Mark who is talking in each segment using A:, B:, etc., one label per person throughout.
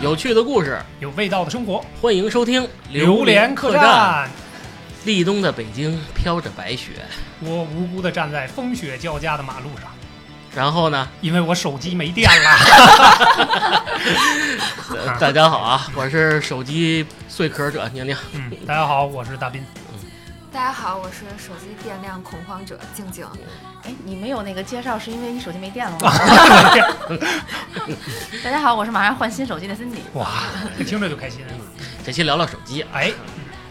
A: 有趣的故事，
B: 有味道的生活，
A: 欢迎收听《
B: 榴莲客
A: 客栈》。
B: 栈。
A: 立冬的北京飘着白雪，
B: 我无辜的站在风雪交加的马路上，
A: 然后呢？
B: 因为我手机没电 了。
A: 呃大家好啊，我是手机碎壳者宁宁。
B: 嗯，大家好，我是大斌。
C: 大家好，我是手机电量恐慌者静静。
D: 哎，你没有那个介绍，是因为你手机没电 了吗？ 大家好，我是马上换新手机的 Cindy。
B: 哇，听着就开心。
A: 这期聊聊手机啊，
B: 哎，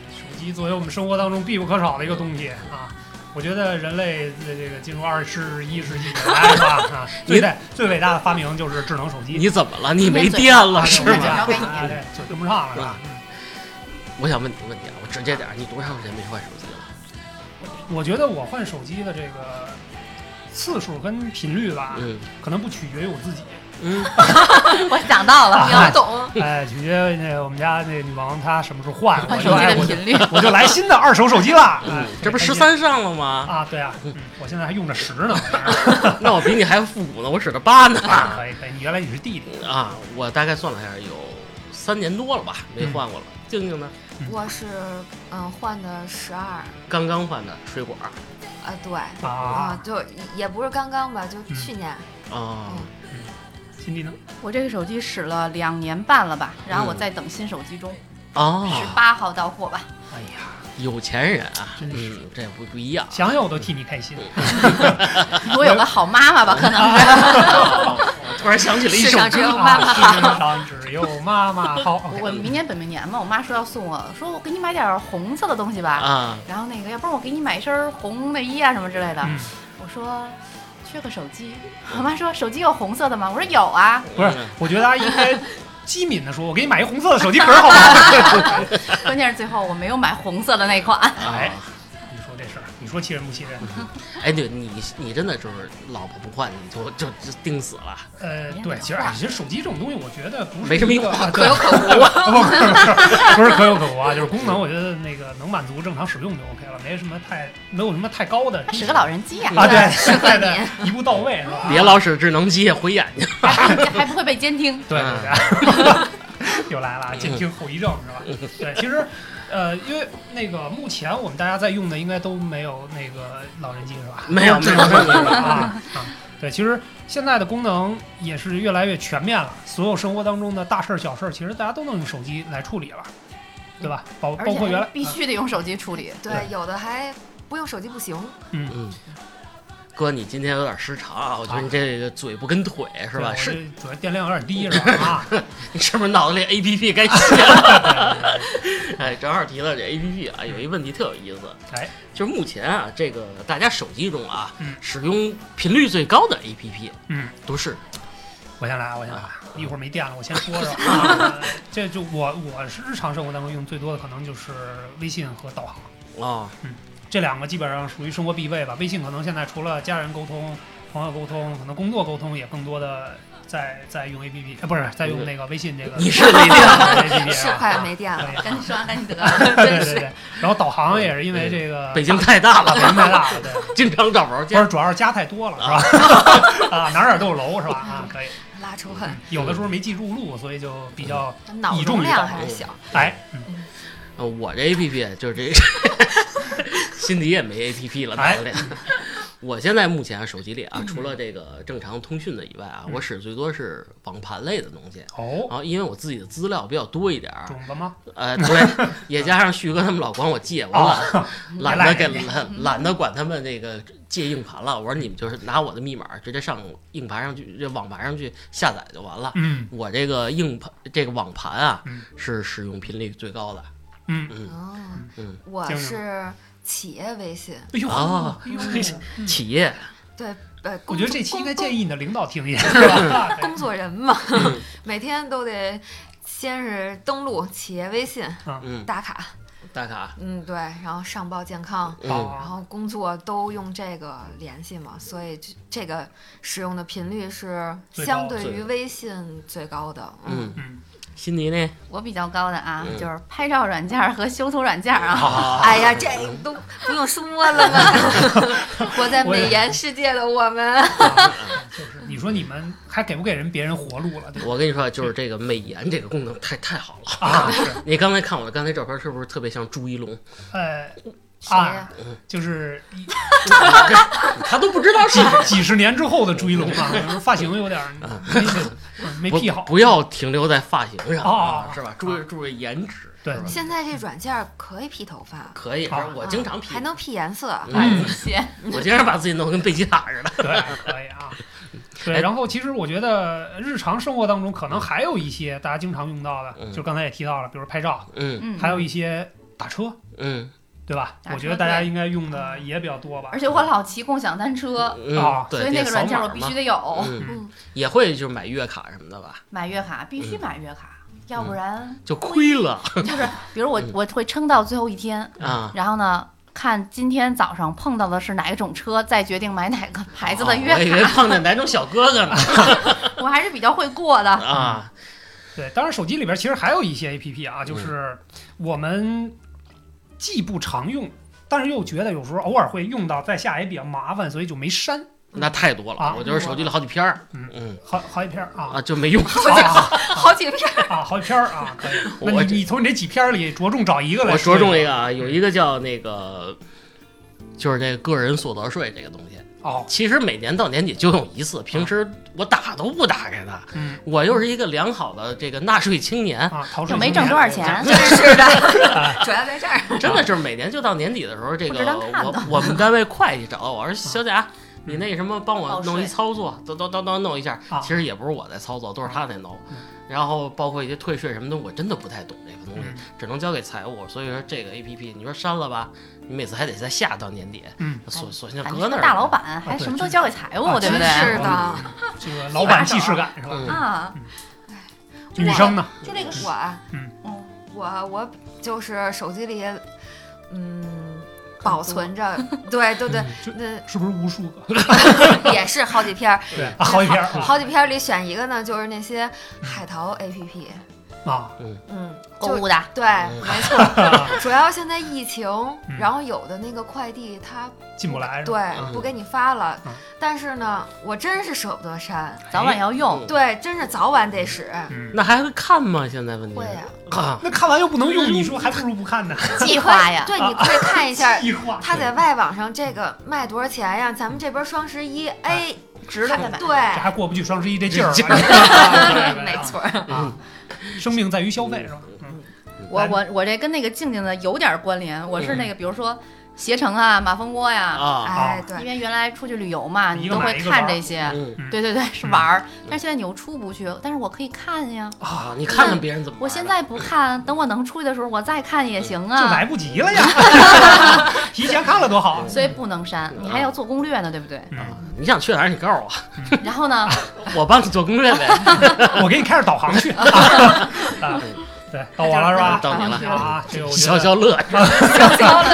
B: 手机作为我们生活当中必不可少的一个东西啊。我觉得人类这这个进入二十一世纪以来是吧？ 啊，最大最伟大的发明就是智能手机。
A: 你怎么了？你没
D: 你嘴
A: 电了
B: 啊
A: 是
D: 我们
A: 吗？
D: 交给你
B: 啊对，就跟不上了是吧？
A: 我想问你个问题啊，我直接点儿，你多长时间没换手机了？
B: 嗯我觉得我换手机的这个次数跟频率吧，
A: 嗯
B: 可能不取决于我自己，
A: 嗯，
D: 我想到了，
C: 秒懂，
B: 哎，取决于那我们家那女王她什么时候换，我
D: 换
B: 就
D: 手
B: 哎
D: 机
B: 我
D: 的
B: 就
D: 频率。
B: 我就来新的二手手机了。哎
A: 嗯这不
B: 开
A: 十
B: 心
A: 三上了吗？
B: 啊？对啊，嗯我现在还用着十呢。
A: 那我比你还复古呢，我使的八呢。
B: 啊可以可以，你原来你是弟弟，
A: 啊，我大概算了一下，有三年多了吧，没换过了。静静呢，
C: 我是嗯换的十二，
A: 刚刚换的水果儿
C: 啊对，
B: 啊
C: 就也不是刚刚吧，就
B: 嗯
C: 去年，
A: 啊，
B: 新弟呢？
D: 我这个手机使了两年半了吧，然后我
A: 嗯
D: 在等新手机中，十
A: 哦，
D: 八号到货 吧。
B: 哎呀，
A: 有钱人啊，
B: 真是
A: 嗯，这不不一 样。
B: 想想我都替你开心。
A: 嗯
D: 如果有个好妈妈吧，可能 是。
A: 我突然想起了一
C: 世
A: 首
C: 上只有
A: 歌，啊
C: 妈妈
B: 世上只有妈妈好。
D: 我明年本命年嘛，我妈说要送我，说我给你买点红色的东西吧。
A: 啊，
D: 然后那个，要不然我给你买一身红内衣啊什么之类的。
B: 嗯，
D: 我说缺个手机，我妈说手机有红色的吗？我说有啊。
B: 不是
A: 嗯，
B: 我觉得大家应该机敏的说，我给你买一红色的手机壳好吗？
D: 关键是最后我没有买红色的那 款，
A: 哎
B: 哎， 你说这事儿，你说气人不气人？
A: 哎，对你你真的就是老婆不换你就就就定死了，
B: 呃，
D: 没
B: 对，
D: 有
B: 其实哎，其实手机这种东西，我觉得不是
A: 嗯没什么
B: 一个
A: 用
B: 啊
A: 可
B: 对
A: 有可无
B: 不是 不是可有可无啊，就是功能，我觉得那个能满足正常使用就 OK 了，没什么太没有什么太高的
D: 它使个老人机 呀、
B: 啊， 对
C: 适合
B: 对
C: 你
B: 对，一步到位是吧？
A: 别老使智能机毁眼睛。
D: 还还不会被 监听。
B: 对 对对，又来了啊，减轻后遗症是吧？对，其实呃，因为那个目前我们大家在用的应该都没有那个老人机是吧？
A: 没有没有
B: 都是智能
A: 没有没有
B: 啊啊！对，其实现在的功能也是越来越全面了，所有生活当中的大事儿、小事儿，其实大家都能用手机来处理了，对吧？包
D: 而
B: 包
D: 且
B: 括原来
D: 还必须得用手机处理，
C: 对，有的还不用手机不行，
A: 嗯，哥，你今天有点失常啊，我觉得你这个嘴不跟腿是吧？是，
B: 是主要电量有点低是 吧？啊，
A: 你是不是脑子里 A P P 该卸了？ 哎，正好提到这 A P P 啊，有一问题特有意思，
B: 哎，
A: 就是目前啊，这个大家手机中啊，
B: 嗯
A: 使用频率最高的 A P P
B: 嗯，
A: 都是
B: 我先来啊，我先来啊，一会儿没电了，我先 说着啊。这就我我是日常生活当中用最多的，可能就是微信和导航
A: 哦，
B: 这两个，基本上属于生活必备吧。微信可能现在除了家人沟通、朋友沟通，可能工作沟通也更多的在在用 APP，、呃、不是在用那个微信这个
A: 嗯你是没电
B: APP
C: 是
B: 啊
C: 快没电了，
B: 对
D: 赶紧说完赶紧得。
B: 对 对对。然后导航也是因为这个
A: 嗯北京太大了
B: 北， 京太大了，对。
A: 经常找不着
B: 不
A: 家。
B: 是，主要是家太多了，是吧？ 啊，哪儿哪儿都有楼，是吧？啊，可以。
C: 拉仇恨，
B: 有的时候没记住路，所以就比较
C: 脑容量还是小，
B: 哎，嗯
A: 呃我这 A P P 就是这，辛迪也没 A P P 了，
B: 哎
A: 脑子里。 我现在目前啊手机里啊，除了这个正常通讯的以外啊，我使最多是网盘类的东西。
B: 哦，
A: 然后因为我自己的资料比较多一点儿，
B: 种子吗？
A: 呃，对， 也加上旭哥他们老管我借，我懒哦 懒得给懒懒得管他们那个借硬盘了。我说你们就是拿我的密码直接上硬盘上去，这网盘上去下载就完了。
B: 嗯
A: 我这个硬盘这个网盘啊
B: 嗯，
A: 是使用频率最高的。
B: 嗯，
A: 嗯
C: 哦，
A: 嗯，
C: 我
B: 就是
C: 企业微信，
B: 哎呦，
A: 啊
B: 哎呦，
A: 企业
C: 对，呃，
B: 我
C: 工
B: 觉得这期应该建
C: 议
B: 议嗯你的领导听一下，是吧？
C: 工作人嘛， 每天都得先是登录企业微信
A: 嗯，
C: 打卡，
A: 大卡，
C: 嗯，对，然后上报健康，
A: 嗯，
C: 然
B: 啊
C: 后工作都用这个联系嘛，所以这这个使用的频率是
B: 最高
C: 相对
A: 最
C: 于微信最高的。
A: 嗯，
B: 嗯，
A: 辛迪呢？
D: 我比较高的啊
A: 嗯，
D: 就是拍照软件儿和修图软件儿啊。
A: 好
C: 哎呀，这都不
B: 啊
C: 用说了吧？活在美颜世界的我们，
B: 就是你说你们还给不给人别人活路了？ 对吧
A: 我跟你说，就是这个美颜这个功能太太好 了。
B: 啊，是，
A: 你刚才看我的刚才照片，是不是特别像朱一龙？
B: 呃，
C: 谁呀？
B: 就是
A: 他都不知道是
B: 几几十年之后的朱一龙啊，就是发型有点儿没没
A: 不
B: 没癖好。
A: 不要停留在发型上
B: 哦
A: 啊，是吧？注意注意颜值，
B: 对
A: 是吧
C: 现在这软件儿可以 P 头发，
A: 可以。是
B: 好
A: 吧我经常 P，
C: 还能 P 颜色，
A: 嗯
D: 先
A: 我经常把自己弄得跟贝吉塔似 的。
B: 对，可以啊。对，
A: 哎
B: 然后其实我觉得日常生活当中可能还有一些大家经常用到的，
A: 嗯
B: 就刚才也提到了，比如拍照，
A: 嗯
D: 嗯，
B: 还有一些打车，
A: 嗯
B: 对吧？
D: 打车
B: 我觉得大家应该用的也比较多吧
D: 而。且我老骑共享单车，
A: 嗯
B: 啊，
A: 对，
D: 所以那个软件我必
A: 得
D: 须
A: 扫
D: 得有
A: 码嘛。嗯，
C: 嗯，
A: 也会就是买月卡什么的吧，
D: 买月卡，必须买月卡，要不然
A: 就亏了
D: 就是比如我
A: 嗯嗯
D: 我会撑到最后一天，
A: 啊。
D: 然后呢，看今天早上碰到的是哪一种车，再决定买哪个牌子的
A: 哦我以
D: 月
A: 为碰见哪种小哥哥呢
D: 卡，我还是比较会 过的。
A: 啊。
B: 对，当然手机里边其实还有一些 APP
A: 嗯
B: 啊，就是我们既不常用，但是又觉得有时候偶尔会用到，在下也比较麻烦，所以就没删
A: 那太多了
B: 啊，
A: 我就是手机里好几篇儿，
B: 嗯
A: 嗯
B: 好好几篇儿啊
A: 啊就没用。
B: 啊
C: 好几片儿。
B: 啊，好几篇儿啊，可以。那
A: 我
B: 你你从你这几篇儿里着重找一个来
A: 我
B: 说
A: 着
B: 说，
A: 重一个啊，有一个叫那个，就是这个个人所得税这个东西，
B: 哦，
A: 其实每年到年底就用一次，平时我打都不打开它。
B: 嗯
A: 我又是一个良好的这个纳税青 年，
B: 啊，逃税
D: 就没挣多少钱，啊
C: 真是的，主要在这儿。
A: 真的就是每年就到年底的时候，这
D: 不
A: 个
D: 值当看的
A: 我我们单位会计找到我说：“小贾，你那什么帮我
D: 报税
A: 弄一操作，叨叨叨叨弄一下。
B: 啊”
A: 其实也不是我在操作，都是他在弄
B: 嗯。
A: 然后包括一些退税什么的，我真的不太懂这个东西
B: 嗯，
A: 只能交给财务。所以说这个 A P P，你说删了吧，你每次还得再下到年底，
B: 嗯，
A: 索索性就
D: 俺
A: 搁
D: 哎是
A: 那儿。
D: 个大老板，还
B: 啊对
D: 什么都交给财务，
B: 啊
D: 对不对？
C: 真是的
B: 这个老板既视感是吧？
A: 嗯
D: 啊，
B: 女生呢？
D: 就这个
C: 我啊，
B: 嗯
D: 嗯
C: 我我就是手机里，嗯，保 存着，对对对，
B: 这
C: 那
B: 是不是无数个？
C: 也是好几片儿，
B: 对，啊好几篇儿啊
C: 好几片儿里选一个呢，就是那些海淘 APP，
B: 啊，
C: 嗯，
D: 购
C: 就
D: 物的，
C: 对，
A: 嗯
C: 没错，主要现在疫情，然后有的那个快递它
B: 进不来是吧？
C: 对不给你发了
B: 嗯，
C: 但是呢，我真是舍不得删，
D: 早晚要用。
C: 对，真是早晚得使，
B: 嗯，
A: 嗯那还会看吗？现在问题
C: 会
A: 是
C: 呀，
A: 啊，
B: 那看完又不能用，你说还不如不看呢。
D: 计划呀，
C: 对，你可以看一
D: 哎
C: 下。
B: 计划
C: 它在外网上这个卖多少钱呀？咱们这边双十一，哎，
D: 值了再买。
B: 这
C: 对，
B: 还过不去双十一这劲儿啊，
A: 劲儿
B: 对对对
C: 没错儿。
A: 嗯
B: 啊，生命在于消费是吧？嗯
D: 我我我这跟那个静静的有点关联，我是那个比如说携程啊、马蜂窝呀，
A: 啊，
C: 哎，对，
D: 因为原来出去旅游嘛，
B: 一
D: 你
B: 个
D: 都
B: 买
D: 会
B: 一个玩
D: 看
B: 儿
D: 这些。
A: 嗯
D: 对对对，是玩儿，但是现在你又出不去，但是我可以看呀。
B: 嗯
A: 啊，你看看别人怎么玩的。
D: 我现在不看，等我能出去的时候我再看也行
B: 嗯就
D: 啊。
B: 来不及了 呀，提前看了多好。啊
D: 所以不能删，你还要做攻略呢，对不对？
A: 啊，你想去哪儿？你告诉我，
D: 然后呢，
A: 我帮你做攻略 呗。
B: 嗯我给你开着导 航去。啊对，到我了是吧？
A: 到你了
B: 啊， 这个我觉
A: 消
B: 得
A: 消乐，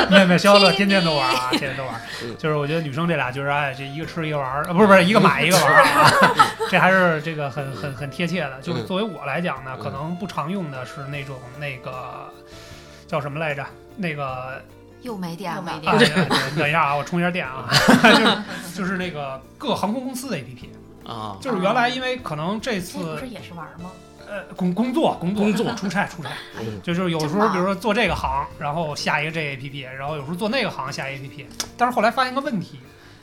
B: 没有没有，消消乐天天都玩啊，天天都玩。就是我觉得女生这俩就是哎，这一个吃一个玩儿，啊不是不是一个买一个玩儿啊， 这还是这个很很很贴切的。就是作为我来讲呢，
A: 嗯
B: 可能不常用的是那种那个叫什么来着？那个
C: 又没电
D: 又
C: 了，
D: 没电
B: 啊，对等一下啊，我充一下电啊， 就是就是那个各航空公司的 APP，
A: 啊，
B: 就是原来因为可能这
D: 这哎不
B: 次
D: 是也是玩儿吗？
B: 呃工工作工作
A: 工作
B: 出 差出差，
A: 嗯
B: 就是有时
C: 真
B: 候
C: 棒
B: 比如说做这个行，然后下一个这 APP，然后有时候做那个行下一个 APP，但是后来发现个问题。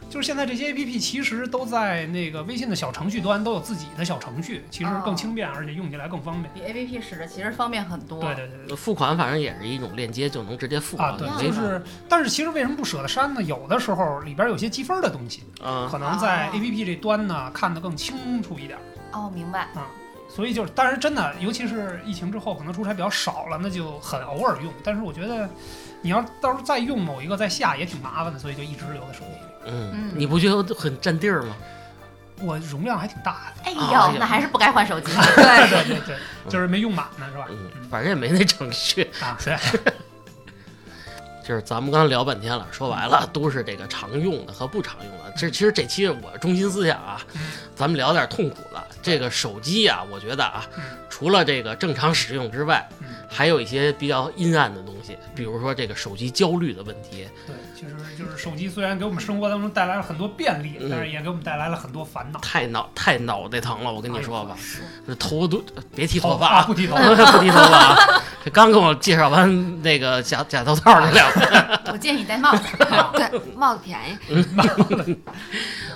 B: 就是现在这些 A P P 其实都在那个微信的小程序端都有自己的小程序，其实更轻便，而且用起来更方便。
D: 比 A P P 使着其实方便很多。
B: 对对对对
A: 付款反正也是一种链接，就能直接付
B: 啊，
A: 对
B: 对，
A: 没
B: 就
A: 事
B: 是，但是其实为什么不舍得删呢？有的时候里边有些积分的东西，
A: 啊，
B: 可能在
D: 哦
B: A P P 这端呢看得更清楚一点。
D: 哦，明白。
B: 所以就是，当然真的，尤其是疫情之后，可能出差比较少了，那就很偶尔用。但是我觉得，你要到时候再用某一个再下也挺麻烦的，所以就一直留在手机里。
A: 嗯
D: 嗯，
A: 你不觉得很占地儿吗？
B: 我容量还挺大的，
D: 哎呦
A: 啊，
D: 那还是不该换手机。
B: 对
C: 对，
B: 对对对，就是没用满呢，是吧？
A: 嗯，反正也没那 程序。
B: 啊，对，
A: 就是咱们刚刚聊半天了，说白了都是这
B: 嗯
A: 个常用的和不常用的。这其实这期我中心思想啊，咱们聊点痛苦的，这个手机啊，我觉得啊
B: 嗯，
A: 除了这个正常使用之外
B: 嗯，
A: 还有一些比较阴暗的东西，比如说这个手机焦虑的问题。
B: 对，其实就是手机虽然给我们生活当中带来了很多便利，
A: 嗯
B: 但是也给我们带来了很多烦恼。
A: 太脑太脑袋疼了，我跟你说吧，
C: 是
A: 这头都别剃头
B: 头
A: 发
B: 发
A: 啊，
B: 不哎剃头发，
A: 不剃头发啊。这刚跟我介绍完那个假假头套那两个，
D: 我建议你戴帽子。
C: 对，帽子便宜，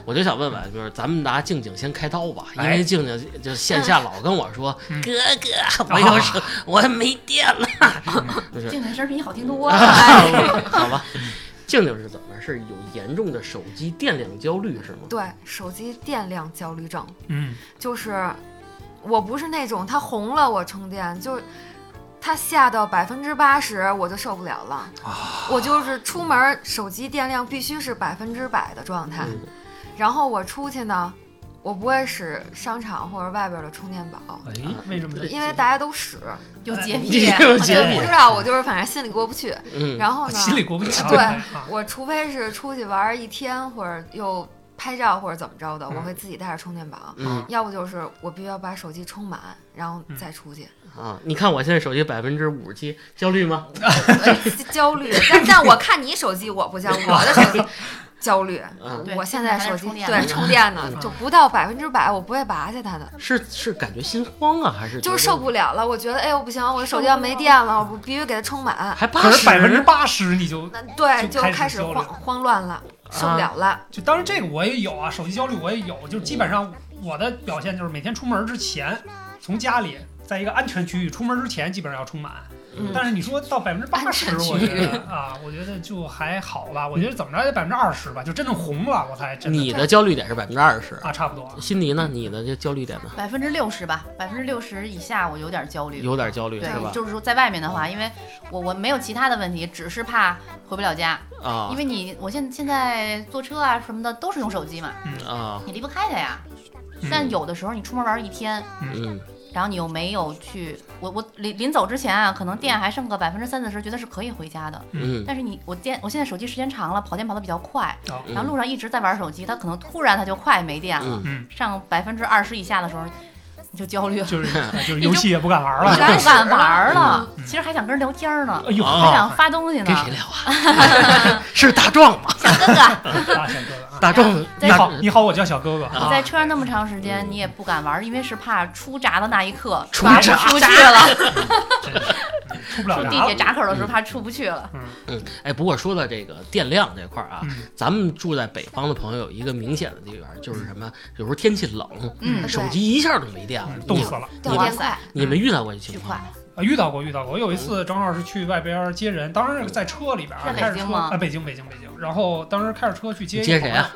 A: 我就想问问，就是咱们拿静静先开刀吧，因
B: 哎
A: 为静静就线下老跟我说，
B: 嗯哦
A: 哥哥，我有手，我没电了。
B: 嗯
A: 是
D: 静静声比你好听 多了。
A: 啊，好吧，静静是怎么？是有严重的手机电量焦虑是吗？
C: 对，手机电量焦虑症，
B: 嗯，
C: 就是我不是那种它红了我充电，就是它下到百分之八十我就受不了了，
B: 啊
C: 我就是出门手机电量必须是百分之百的状态，
A: 嗯
C: 然后我出去呢，我不会使商场或者外边的充电宝，
B: 哎，为什么这？
C: 因为大家都使，
D: 有洁
A: 你
D: 癖，
A: 有洁
C: 我不
A: 癖，
C: 知道我就是反正心里过不去，
A: 嗯，
C: 然后呢，
B: 心里过不去啊。
C: 对
B: 啊
C: 我除非是出去玩一天，或者又拍照或者怎么着的，
B: 嗯
C: 我会自己带着充电宝。
A: 嗯
C: 要不就是我必须要把手机充满，然
B: 嗯
C: 后再出去，
A: 啊，你看我现在手机百分之五十七，焦虑吗？
C: 呃焦虑。但但我看你手机，我不焦虑，我的 手机焦虑。
A: 嗯，
D: 对
C: 我现在手机
D: 现在还
C: 对
D: 在充电呢
C: 充电 呢
B: 嗯，
C: 就不到百分之百，我不会拔下它的，
A: 是是感觉心慌啊，还是
C: 就是
A: 觉
C: 受
A: 得
C: 不了了。我觉得，哎呦不行，我手机要没电了，我必须给它充满。
A: 还
B: 可
A: 八
B: 是百分之八十你就
C: 那对，
B: 就
C: 就
B: 开始
C: 开始
B: 焦虑
C: 慌慌乱
A: 啊
C: 了，受不了了。
B: 就当然这个我也有啊，手机焦虑我也有，就是基本上我的表现就是每天出门之前，从家里在一个安全区域出门之前基本上要充满。
C: 嗯
B: 但是你说到百分之八十，我觉得啊，我觉得就还好吧，我觉得怎么着也百分之二十吧，就真的红了我才真的
A: 你的焦虑点是百分之二十，
B: 啊，差不多。
A: 辛迪呢？你的这焦虑点呢？
D: 百分之六十吧，百分之六十以下我有点焦虑。
A: 有点焦虑是
D: 嗯对，
A: 吧？
D: 就是说在外面的话，因为我我没有其他的问题，只是怕回不了家，
A: 啊
D: 因为你我现现在坐车啊什么的都是用手机嘛，
A: 啊
D: 你离不开它呀。
B: 嗯
D: 但有的时候你出门玩一天，
A: 嗯
D: 然后你又没有去，我我临临走之前啊，可能电还剩个百分之三四十，觉得是可以回家的。
A: 嗯
D: 但是你我电我现在手机时间长了，跑电跑得比较快，
B: 啊
A: 嗯
D: 然后路上一直在玩手机，它可能突然它就快没电了，
A: 嗯，
B: 嗯，
D: 上百分之二十以下的时候，你就 焦虑了。
B: 就是哎就是游戏也不敢玩
D: 不
B: 了。
D: 敢玩儿了
B: 嗯，
D: 其实还想跟人聊天呢，
B: 哎呦，
D: 还
A: 啊
D: 想发东西呢
A: 跟，谁聊啊？ 是大壮吗？
D: 小哥哥，
B: 大小哥哥啊，
A: 大壮，
B: 你
A: 大
B: 好，你好，我叫小哥哥
A: 啊
D: 你在车上那么长时
B: 嗯
D: 间，你也不敢玩儿，因为是怕出闸的那一刻
A: 出
D: 拔不
A: 闸
D: 出去了，
B: 真是嗯出不
D: 出
B: 了
D: 地铁
B: 闸。
D: 闸口的时候怕出不去了。
A: 嗯，哎，不过说到这个电量这块儿啊，
B: 嗯
A: 咱们住在北方的朋友有一个明显的地方，就是什么？有时候天气冷，
D: 嗯，
A: 手机一下就没电了
B: 嗯，冻
A: 你
B: 死了。
C: 掉
A: 你
C: 电快，
A: 你们遇到过这
D: 巨
A: 情况
D: 快
A: 吗？，
B: 啊，遇到过，遇到过。我有一次正好是去外边接人，当时是在车里边啊，
D: 在北
B: 开着
D: 京
B: 车
D: 吗
B: 啊，北京，北京，北京。然后当时开着车去接
A: 你
B: 一
A: 接
B: 朋
A: 谁
B: 友
A: 啊？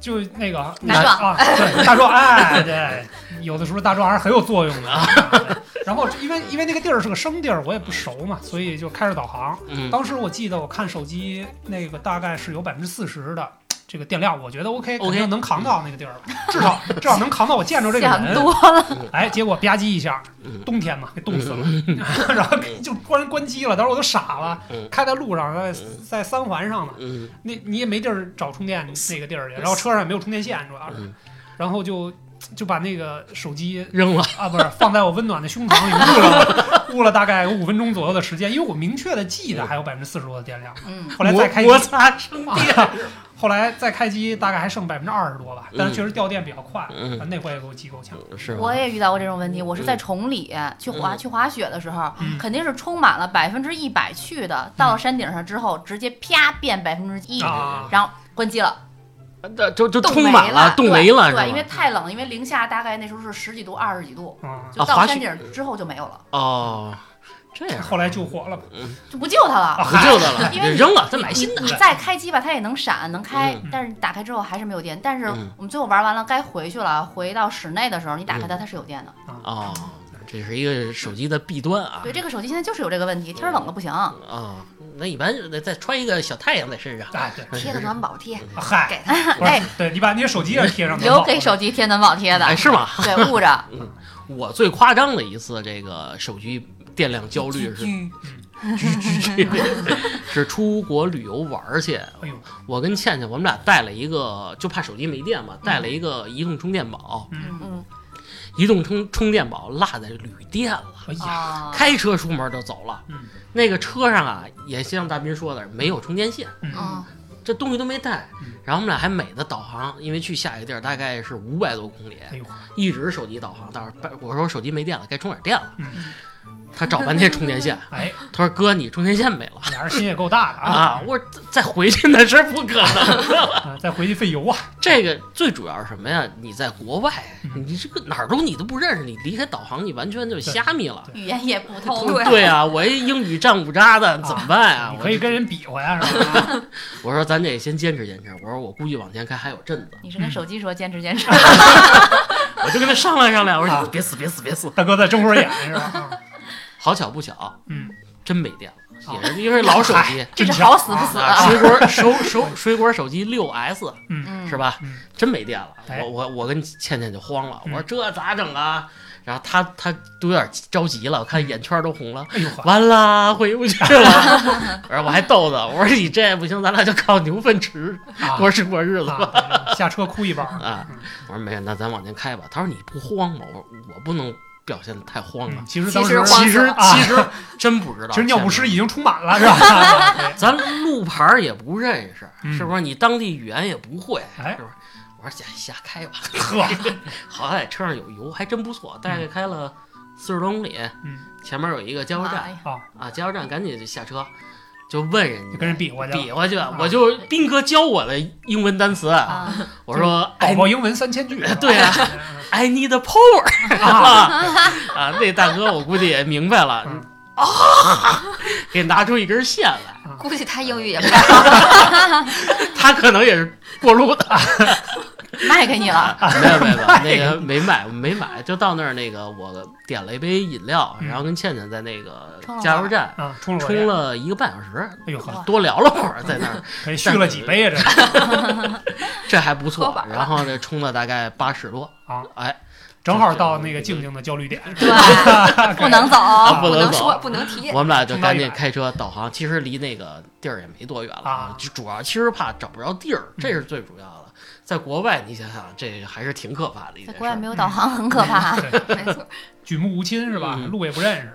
B: 就那个
D: 大壮
B: 啊，对，大壮，哎，对，有的时候大壮还是很有作用的。啊对然后因为因为那个地儿是个生地儿，我也不熟嘛，所以就开着导航。
A: 嗯
B: 当时我记得我看手机那个大概是有百分之四十的这个电量，我觉得 OK，
A: OK
B: 肯定能扛到那个地儿了，至少至少能扛到我见着这个
D: 想
B: 人。
D: 多了，
B: 哎，结果吧唧一下
A: 嗯，
B: 冬天嘛，给冻死了， 然后就突然关机了，当时我都傻了
A: 嗯，
B: 开在路上，在在三环上嘛，
A: 嗯
B: 那你也没地儿找充电那个地儿去，然后车上也没有充电线，主要是，
A: 嗯，
B: 然后就就把那个手机
A: 扔了，
B: 啊，不是放在我温暖的胸膛里捂了捂了大概有五分钟左右的时间，因为我明确的记
A: 嗯
B: 得还有百分之四十多的电量，
D: 嗯，
B: 后来再开机
A: 摩摩擦生
B: 啊
A: 电。
B: 后来再开机大概还剩百分之二十多吧，但是确实掉电比较快，啊
A: 嗯，
B: 那回也给我急够呛。
A: 是吗
D: 我？也遇到过这种问题。我是在崇礼去滑
A: 嗯
D: 去滑雪的时候
B: 嗯，
D: 肯定是充满了百分之一百去的，到了山顶上之后，直接啪变百分之
A: 嗯
D: 一，
B: 啊
D: 然后关机了。
A: 那就就
C: 冻
A: 充
C: 没
A: 满
C: 了
A: 冻没
D: 对
A: 了是吧？
D: 对，因为太冷了，因为零下大概那时候是十几度、二十几度，
B: 啊，
D: 就
A: 啊滑
D: 到
A: 雪
D: 山顶之后就没有了，
A: 哦，这样
B: 后来救火了吧？
D: 就不救它了。
A: 不救他了，
D: 因为你
A: 扔了，再啊买新的。
D: 你你再开机吧，它也能闪，能开
A: 嗯
B: 嗯，
D: 但是你打开之后还是没有电。但是
A: 嗯
D: 我们最后玩完了，该回去了，回到室内的时候，你打开它，它是有电的。
A: 哦，这是一个手机的弊端啊
D: 对，。这个手机现在就是有这个问题，天儿冷了不行。
A: 啊，那一般得再啊穿一个小太阳在身上。
B: 哎，对，
C: 贴个暖宝贴，
B: 嗨，
C: 给它。
B: 不
D: 哎
B: 是，对你把你的手机也贴上，
D: 留给手机贴暖宝贴的
A: 哎，，是吗？
D: 对，捂着。
A: 我最夸张的一次这个手机电量焦虑是
B: 嗯
D: 居
A: 是出国旅游玩儿去，
B: 哎呦，
A: 我跟倩倩我们俩带了一个，就怕手机没电嘛，带了一个移动充电宝，
B: 嗯
D: 嗯，
A: 移动充充电宝落在旅店了，
B: 哎呀，
D: 啊，
A: 开车出门就走了。
B: 嗯
A: 那个车上啊，也像大斌说的，没有充电线，
B: 嗯
C: 嗯，
A: 这东西都没带
B: 嗯。
A: 然后我们俩还美的导航，因为去下一个地儿大概是五百多公里，
B: 哎呦，
A: 一直手机导航。到时候我说我手机没电了，该充点电了。
B: 嗯，
A: 他找半天充电线，
B: 哎，
A: 他说哥，你充电线没了。
B: 俩人心也够大的
A: 啊
B: 啊！！
A: 我说再回去那是不可能 的。
B: 啊再回去费油啊，
A: 这个最主要是什么呀？你在国外，
B: 嗯
A: 你这个哪儿都你都不认识，你离开导航，你完全就瞎迷了。
D: 语言也不通，
C: 对
A: 对啊，我一英语站五渣的怎么办 啊？
B: 你
A: 我
B: 可以跟人比划呀，是吧？
A: 我说咱得先坚持坚持。我说我估计往前开还有阵子，
D: 你是跟手机说坚持坚持，
A: 哎
D: 啊
A: 我就跟他商量商量。我说
B: 啊
A: 你别死别死别死！
B: 大哥在睁会儿眼是吧？啊
A: 好巧不巧，
B: 嗯，
A: 真没电了，
B: 啊
A: 也是因为老手机
B: 真
D: 这是
B: 巧
D: 好死不死
A: 啊，水果手手水果手机六 S
D: 嗯，
A: 是吧？
B: 嗯
A: 真没电了，
B: 哎
A: 我我我跟倩倩就慌了，我
B: 嗯
A: 说这咋整啊？然后她她都有点着急了，我
B: 嗯
A: 看眼圈都红了，
B: 哎呦呵，
A: 完啦，回不去 了。然后我还逗她，我说你这不行，咱俩就靠牛粪池
B: 啊
A: 过是过日子吧。
B: 啊嗯下车哭一包
A: 啊，我说没事，那咱往前开吧。她说你不慌吗？我说我不能表现得太慌了
B: 嗯，。其实当时
C: 其实慌
A: 其实
B: 啊
A: 其实真不知道，
B: 其实尿不湿
A: 一，
B: 已经充满了是吧？哎
A: 咱路牌儿也不认识，
B: 嗯
A: 是不是？你当地语言也不会，
B: 哎
A: 是不是？我说瞎瞎开吧。
B: 呵，
A: 好在车上有油，还真不错。大概开了四十多公里，
B: 嗯
A: 前面有一个加油
D: 妈
A: 站
D: 哎呀
B: 啊，
A: 啊，加油站赶紧就下车，就问人
B: 就
A: 家，
B: 跟人比划去啊
A: 比
B: 了，
A: 划去。我就斌哥教我的英文单词，
D: 啊，
A: 我说
B: 宝
A: I
B: 宝英文三千句，是吧
A: 哎对啊，I need power 啊啊！那大哥我估计也明白了
B: 嗯
A: 啊，给拿出一根线来，
C: 估计他英语也不太好。
A: 他可能也是过路的。
D: 卖给 你了，
A: 没有没 有，没有，
B: 哎
A: 那个没买，没买，就到那儿那个我点了一杯饮料，
B: 嗯
A: 然后跟倩倩在那个
D: 冲了
A: 加油站
B: 啊，充了
A: 冲，了一个半小时，
B: 哎呦呵，
A: 多聊了会儿在那 儿，
B: 可以续了几杯啊，这是
A: 这还不
C: 搓
A: 错
C: 板。儿了
A: 然后呢，冲了大概八十多
B: 啊，
A: 哎，
B: 正好到那个静静的焦虑点，
D: 对，哦不能走，
A: 啊不
C: 不
A: 能
C: 能
A: 走
C: 说，不能提
A: 我。们俩就赶
B: 冲到一
A: 紧
B: 百
A: 开车导航。其实离那个地儿也没多远了
B: 啊嗯
A: 就主要其实怕找不着地儿，这是最主要的。在国外，你想想，这还是挺可嗯怕的一 件
D: 在国
A: 事
D: 外
A: 儿
D: 没。有导航很可怕，
C: 没 错，
B: 举目无亲是吧？
A: 嗯
B: 路也不认识，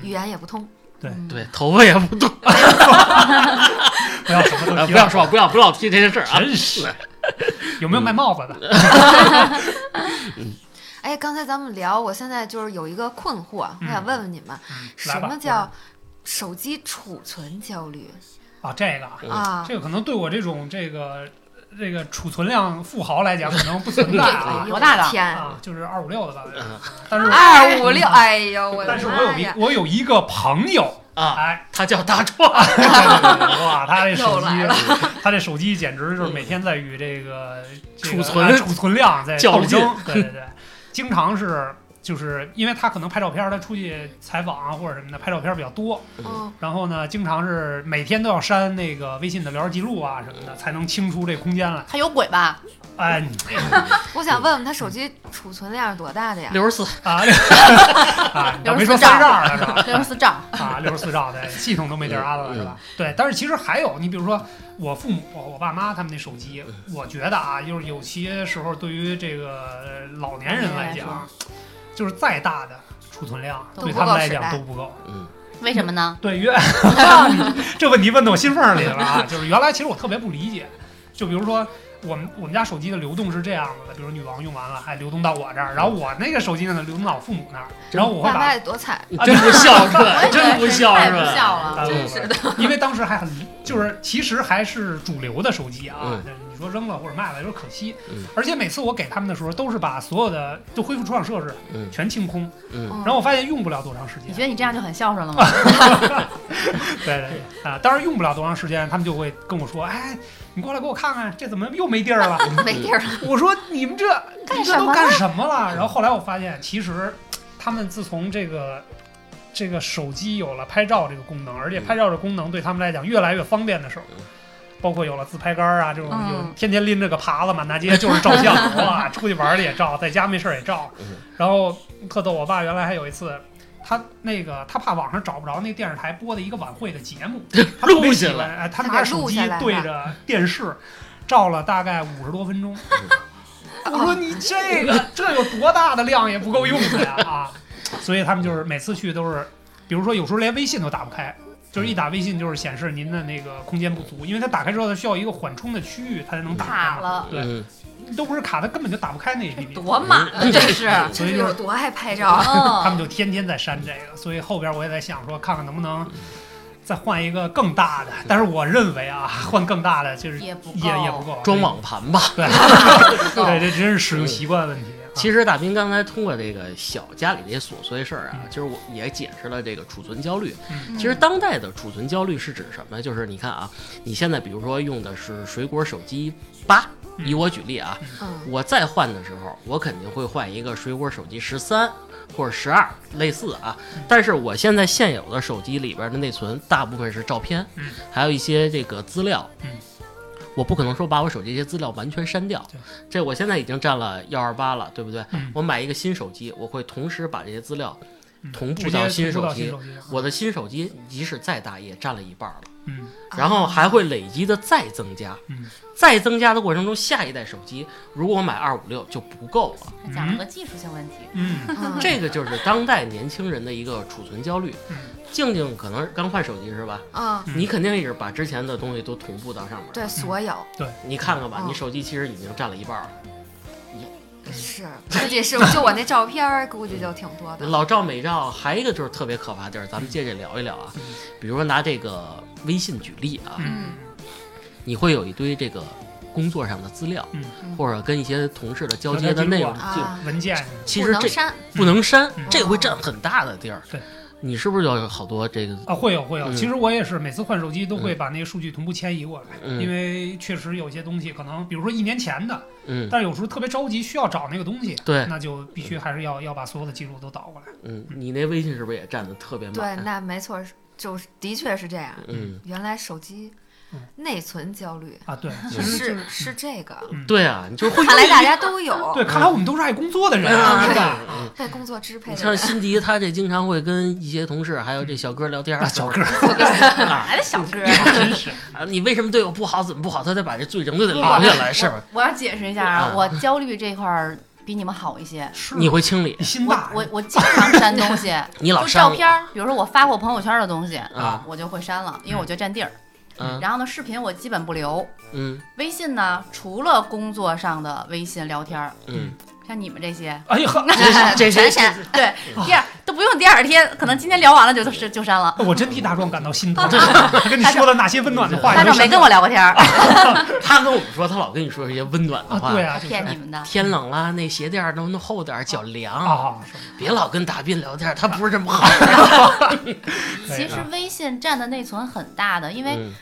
C: 语言也不通。
B: 对
D: 嗯，
A: 对，头发也不多，
B: 不要什么都
A: 呃
B: 提
A: 不
B: 了
A: 要说，不嗯要不要提这件事儿啊。
B: 真是。有没有卖帽子的？
C: 哎，刚才咱们聊，我现在就是有一个困惑，我想问问你们，
B: 嗯
C: 什
B: 来吧
C: 么叫手机储存焦虑
B: 啊？这个啊，
A: 嗯
C: 啊？
B: 这个可能对我这种这个这个储存量富豪来讲，可能不存在啊
D: 多大的
C: 天，
B: 啊，就是二五六的吧
A: 嗯。
B: 但是 嗯
C: 二五六，哎呦我的
B: 但是我有
C: 妈
B: 一
C: 呀！
B: 我有一个朋友，
A: 啊，
B: 哎，
A: 他叫大壮，
B: 哇，他这手
C: 又来
B: 机，他这手机简直就是每天在与 这个这个
A: 储存
B: 啊储存量在
A: 较
B: 斗
A: 劲
B: 争，对对对，经常是就是因为他可能拍照片儿，他出去采访啊或者什么的，拍照片儿比较多，
C: 嗯，
B: 然后呢，经常是每天都要删那个微信的聊天记录啊什么的，才能清出这空间来。
D: 他有鬼 吧？
B: 哎
A: 嗯
D: 嗯
C: 我想问问他手机储存量是多大的呀？
A: 六十四，
B: 啊 啊，
D: 六
B: 我没
D: 十四
B: 说
D: 兆
B: 三十二了是吧？
D: 六十四兆，
B: 啊，六十四兆的系统都没地儿安了，是吧？对，但是其实还有，你比如说我父母、我爸妈他们那手机，我觉得啊，就是有些时候对于这个呃老年人来
D: 老年人来
B: 讲，就是再大的储存量，
C: 都
B: 对
C: 不
B: 他们
C: 够
B: 来
C: 使
B: 讲
C: 的
B: 都不够。
A: 嗯，
D: 为什 么呢？
B: 对， 原这问题问到我心缝儿里了啊！就是原来其实我特别不理解，就比如说我们我们家手机的流动是这样子的，比如女王用完了，还哎流动到我这儿，然后我那个手机呢流动到我父母那儿，然后我会
C: 爸
B: 把
C: 妈得多惨，
D: 啊
A: 你真不孝顺，真不孝嗯
D: 太
A: 顺，
D: 不孝了，
B: 啊
C: 真是的。
B: 因为当时还很，就是其实还是主流的手机啊，
A: 嗯
B: 你说扔了或者卖了有点可惜。
A: 嗯
B: 而且每次我给他们的时候，都是把所有的就恢复出厂设置
A: 嗯
B: 全清空，
A: 嗯
B: 然后我发现用不了多长时
D: 你
B: 间。
D: 觉得你这样就很孝顺了吗？
B: 对对对啊，当然用不了多长时间，他们就会跟我说：“哎，你过来给我看看，这怎么又没地儿 了？”
C: 没地儿了，
B: 我说：“你们这你
D: 干
B: 们
D: 什
B: 这都
D: 么
B: 干什么了？”然后后来我发现，其实他们自从这个。这个手机有了拍照这个功能，而且拍照这功能对他们来讲越来越方便的时候
A: 嗯，
B: 包括有了自拍杆啊这种，
D: 嗯
B: 有天天拎着个耙子满大街就是照 相，哇，出去玩儿了也照，在家没事儿也照
A: 嗯。
B: 然后特逗，我爸原来还有一次，他那个他怕网上找不着那电视台播的一个晚会的节目，他特别喜欢
A: 录下来
B: 哎，他
C: 他
B: 拿着
C: 给录
B: 手机
C: 下来了
B: 对着电视照了大概五十多分钟。我说你这个这有多大的量也不够用的呀啊！所以他们就是每次去都是，比如说有时候连微信都打不开，就是一打微信就是显示您的那个空间不足，因为它打开之后它需要一个缓冲的区域，它才能打
D: 卡
B: 开嘛。
D: 了，
A: 嗯，
B: 都不是卡，它根本就打不开那 APP。
D: 多满啊，这 是，
B: 所以
C: 这嗯是
B: 就是
C: 有多爱拍 照？
B: 他们
D: 嗯，
B: 就天天在删这个，所以后边我也在想说，看看能不能再换一个更大的。但是我认为啊，换更大的就是也
D: 也不
B: 也
D: 够
B: 不够，
A: 装网盘
D: 嗯
A: 吧。
B: 对对，这真是使用习惯问题。啊
A: 其实大兵刚才通过这个小家里这些琐碎事儿
D: 嗯
A: 啊，就是我也解释了这个储存焦虑。其实当代的储存焦虑是指什么？就是你看啊，你现在比如说用的是水果手机八，以我举例啊，
C: 嗯，
A: 我再换的时候，我肯定会换一个水果手机十三或者十二，类似啊。但是我现在现有的手机里边的内存大部分是照片
B: 嗯，
A: 还有一些这个资料
B: 嗯。
A: 我不可能说把我手机这些资料完全删掉
B: 对，
A: 这我现在已经占了幺二八了，对不对
B: 嗯？
A: 我买一个新手机，我会同时把这些资料
B: 嗯
A: 同步
B: 直接
A: 到
B: 同
A: 新
B: 步
A: 手
B: 到
A: 机
B: 新手机上，
A: 我的新手机即使再大也占了一半了，
B: 嗯
A: 然后还会累积的再增加，
B: 嗯
A: 再增加的过程中，下一代手机如果我买二五六就不够了。
D: 还讲了个技术性问题，
B: 嗯
C: 嗯
A: 这个就是当代年轻人的一个储存焦虑
B: 嗯。
A: 静静可能刚换手机是吧？
C: 嗯，
B: 嗯
A: 你肯定也是把之前的东西都同步到上面。，
C: 对，所有
A: 你看看吧，
C: 嗯
A: 你手机其实已经占了一半了。
B: 嗯
C: 是估计是就我那照片儿，估计就挺多的。
A: 老照美照，还有一个就是特别可怕的地儿，咱们接着聊一聊啊
B: 嗯。
A: 比如说拿这个微信举例啊，
B: 嗯
A: 你会有一堆这个工作上的资料
B: 嗯，
A: 或者跟一些同事的交接的内容
B: 聊，
C: 天记
A: 就
C: 录啊
B: 文件
A: 其
C: 不
A: 实
C: 能
A: 这
C: 删，
A: 不能删
B: 嗯，
A: 这会占很大的地儿。
B: 对，
A: 你是不是就有好多这个？
B: 啊，会有会有。
A: 嗯
B: 其实我也是每次换手机都会把那个数据同步迁移过来，
A: 嗯
B: 因为确实有些东西可能，比如说一年前的，
A: 嗯，
B: 但是有时候特别着急需要找那个东西，
A: 对，
B: 那就必须还是要要把所有的记录都导过来。
A: 嗯，你那微信是不是也占的特别
C: 对，
A: 满？
C: 那没错，就是的确是这样。
A: 嗯，
C: 原来手机
B: 嗯
C: 内存焦虑
B: 啊，对，其实就是
C: 嗯是是这个，
B: 嗯
A: 对啊，你就会
C: 看来大家都有
B: 对，看来我们都是爱工作的人
A: 啊
B: 啊，
A: 对
B: 是吧？
A: 嗯
C: 被工作支配
A: 你
C: 的
A: 像
C: 人。
A: 辛迪，他这经常会跟一些同事还有这小哥聊天儿，
B: 啊，小个儿，
A: 啊，
D: 来的小哥。
B: 真是
A: 啊你为什么对我不好？怎么不好？他得把这罪证都得留下来，是吧？
D: 我要解释一下啊
A: 啊，
D: 我焦虑这块儿比你们好一些。
B: 是
A: 你会清理，
B: 你心
D: 我
B: 大，
D: 我我经常删东西，
A: 你老
D: 就
A: 删
D: 照
A: 我
D: 片儿，比如说我发过朋友圈的东西，
A: 啊，
D: 我就会删了，因为我觉得占地儿。
A: 嗯
D: 然后呢，视频我基本不留。
A: 嗯
D: 微信呢，除了工作上的微信聊天儿，
A: 嗯，
D: 像你们这些，
B: 哎呀呵，
A: 这
C: 全
A: 些
C: 删，
D: 对，第二都不用第二天，可能今天聊完了就就就删了。
B: 我真替大壮感到心 疼，跟你说的那些温暖的话，
D: 大壮没跟我聊过天儿，
A: 他跟我们说，他老跟你说这些温暖的
B: 啊，
A: 话。
B: 对啊，就是
D: 骗你们的。
A: 天冷了，那鞋垫儿能弄厚点儿，脚凉。
B: 啊，是
A: 别老跟大斌聊天儿，他不是这么好。
D: 嗯其
B: 啊
D: 实微信占的内存很大的，因为
A: 嗯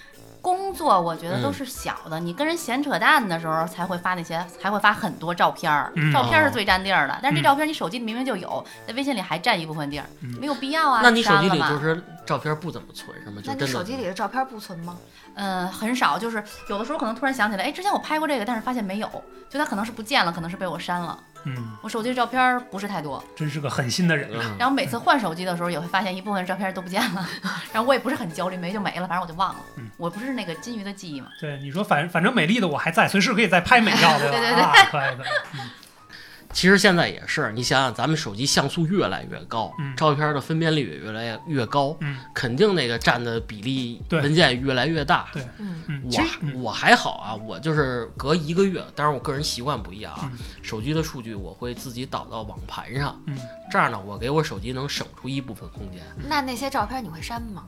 D: 工作我觉得都是小的，你跟人闲扯淡的时候才会发那些，才会发很多照片儿，
B: 嗯
D: 照片
A: 哦
D: 是最占地儿的。但
B: 嗯
D: 是这照片你手机里明明就有，在微信里还占一部分地儿，
B: 嗯
D: 没有必要啊。
A: 那你手机
D: 删了
A: 里
D: 嘛
A: 就是照片不怎么存是吗？就
C: 那
A: 真
C: 你
A: 的
C: 手机里的照片不存吗？
D: 嗯，很少，就是有的时候可能突然想起来，哎，之前我拍过这个，但是发现没有，就它可能是不见了，可能是被我删了。
B: 嗯，
D: 我手机的照片儿不是太多，
B: 真是个狠心的人啊，
A: 嗯
D: 然后每次换手机的时候也会发现一部分照片都不见了， 然后我也不是很焦虑，没就没了，反正我就忘了
B: 嗯。
D: 我不是那个金鱼的记忆嘛，
B: 对，你说反反正美丽的我还在，随时可以再拍美 照，对吧？
D: 对对对
B: 啊，可以可以，
A: 其实现在也是，你想想，咱们手机像素越来越高，
B: 嗯
A: 照片的分辨率也越来越高，
B: 嗯
A: 肯定那个占的比例
B: 对
A: 文件越来越大。
B: 对
C: 嗯，
B: 嗯，其实
A: 我我还好啊，我就是隔一个月，当然我个人习惯不一样啊，
B: 嗯
A: 手机的数据我会自己导到网盘上，
B: 嗯
A: 这样呢，我给我手机能省出一部分空间，
C: 那那些照片你会删吗？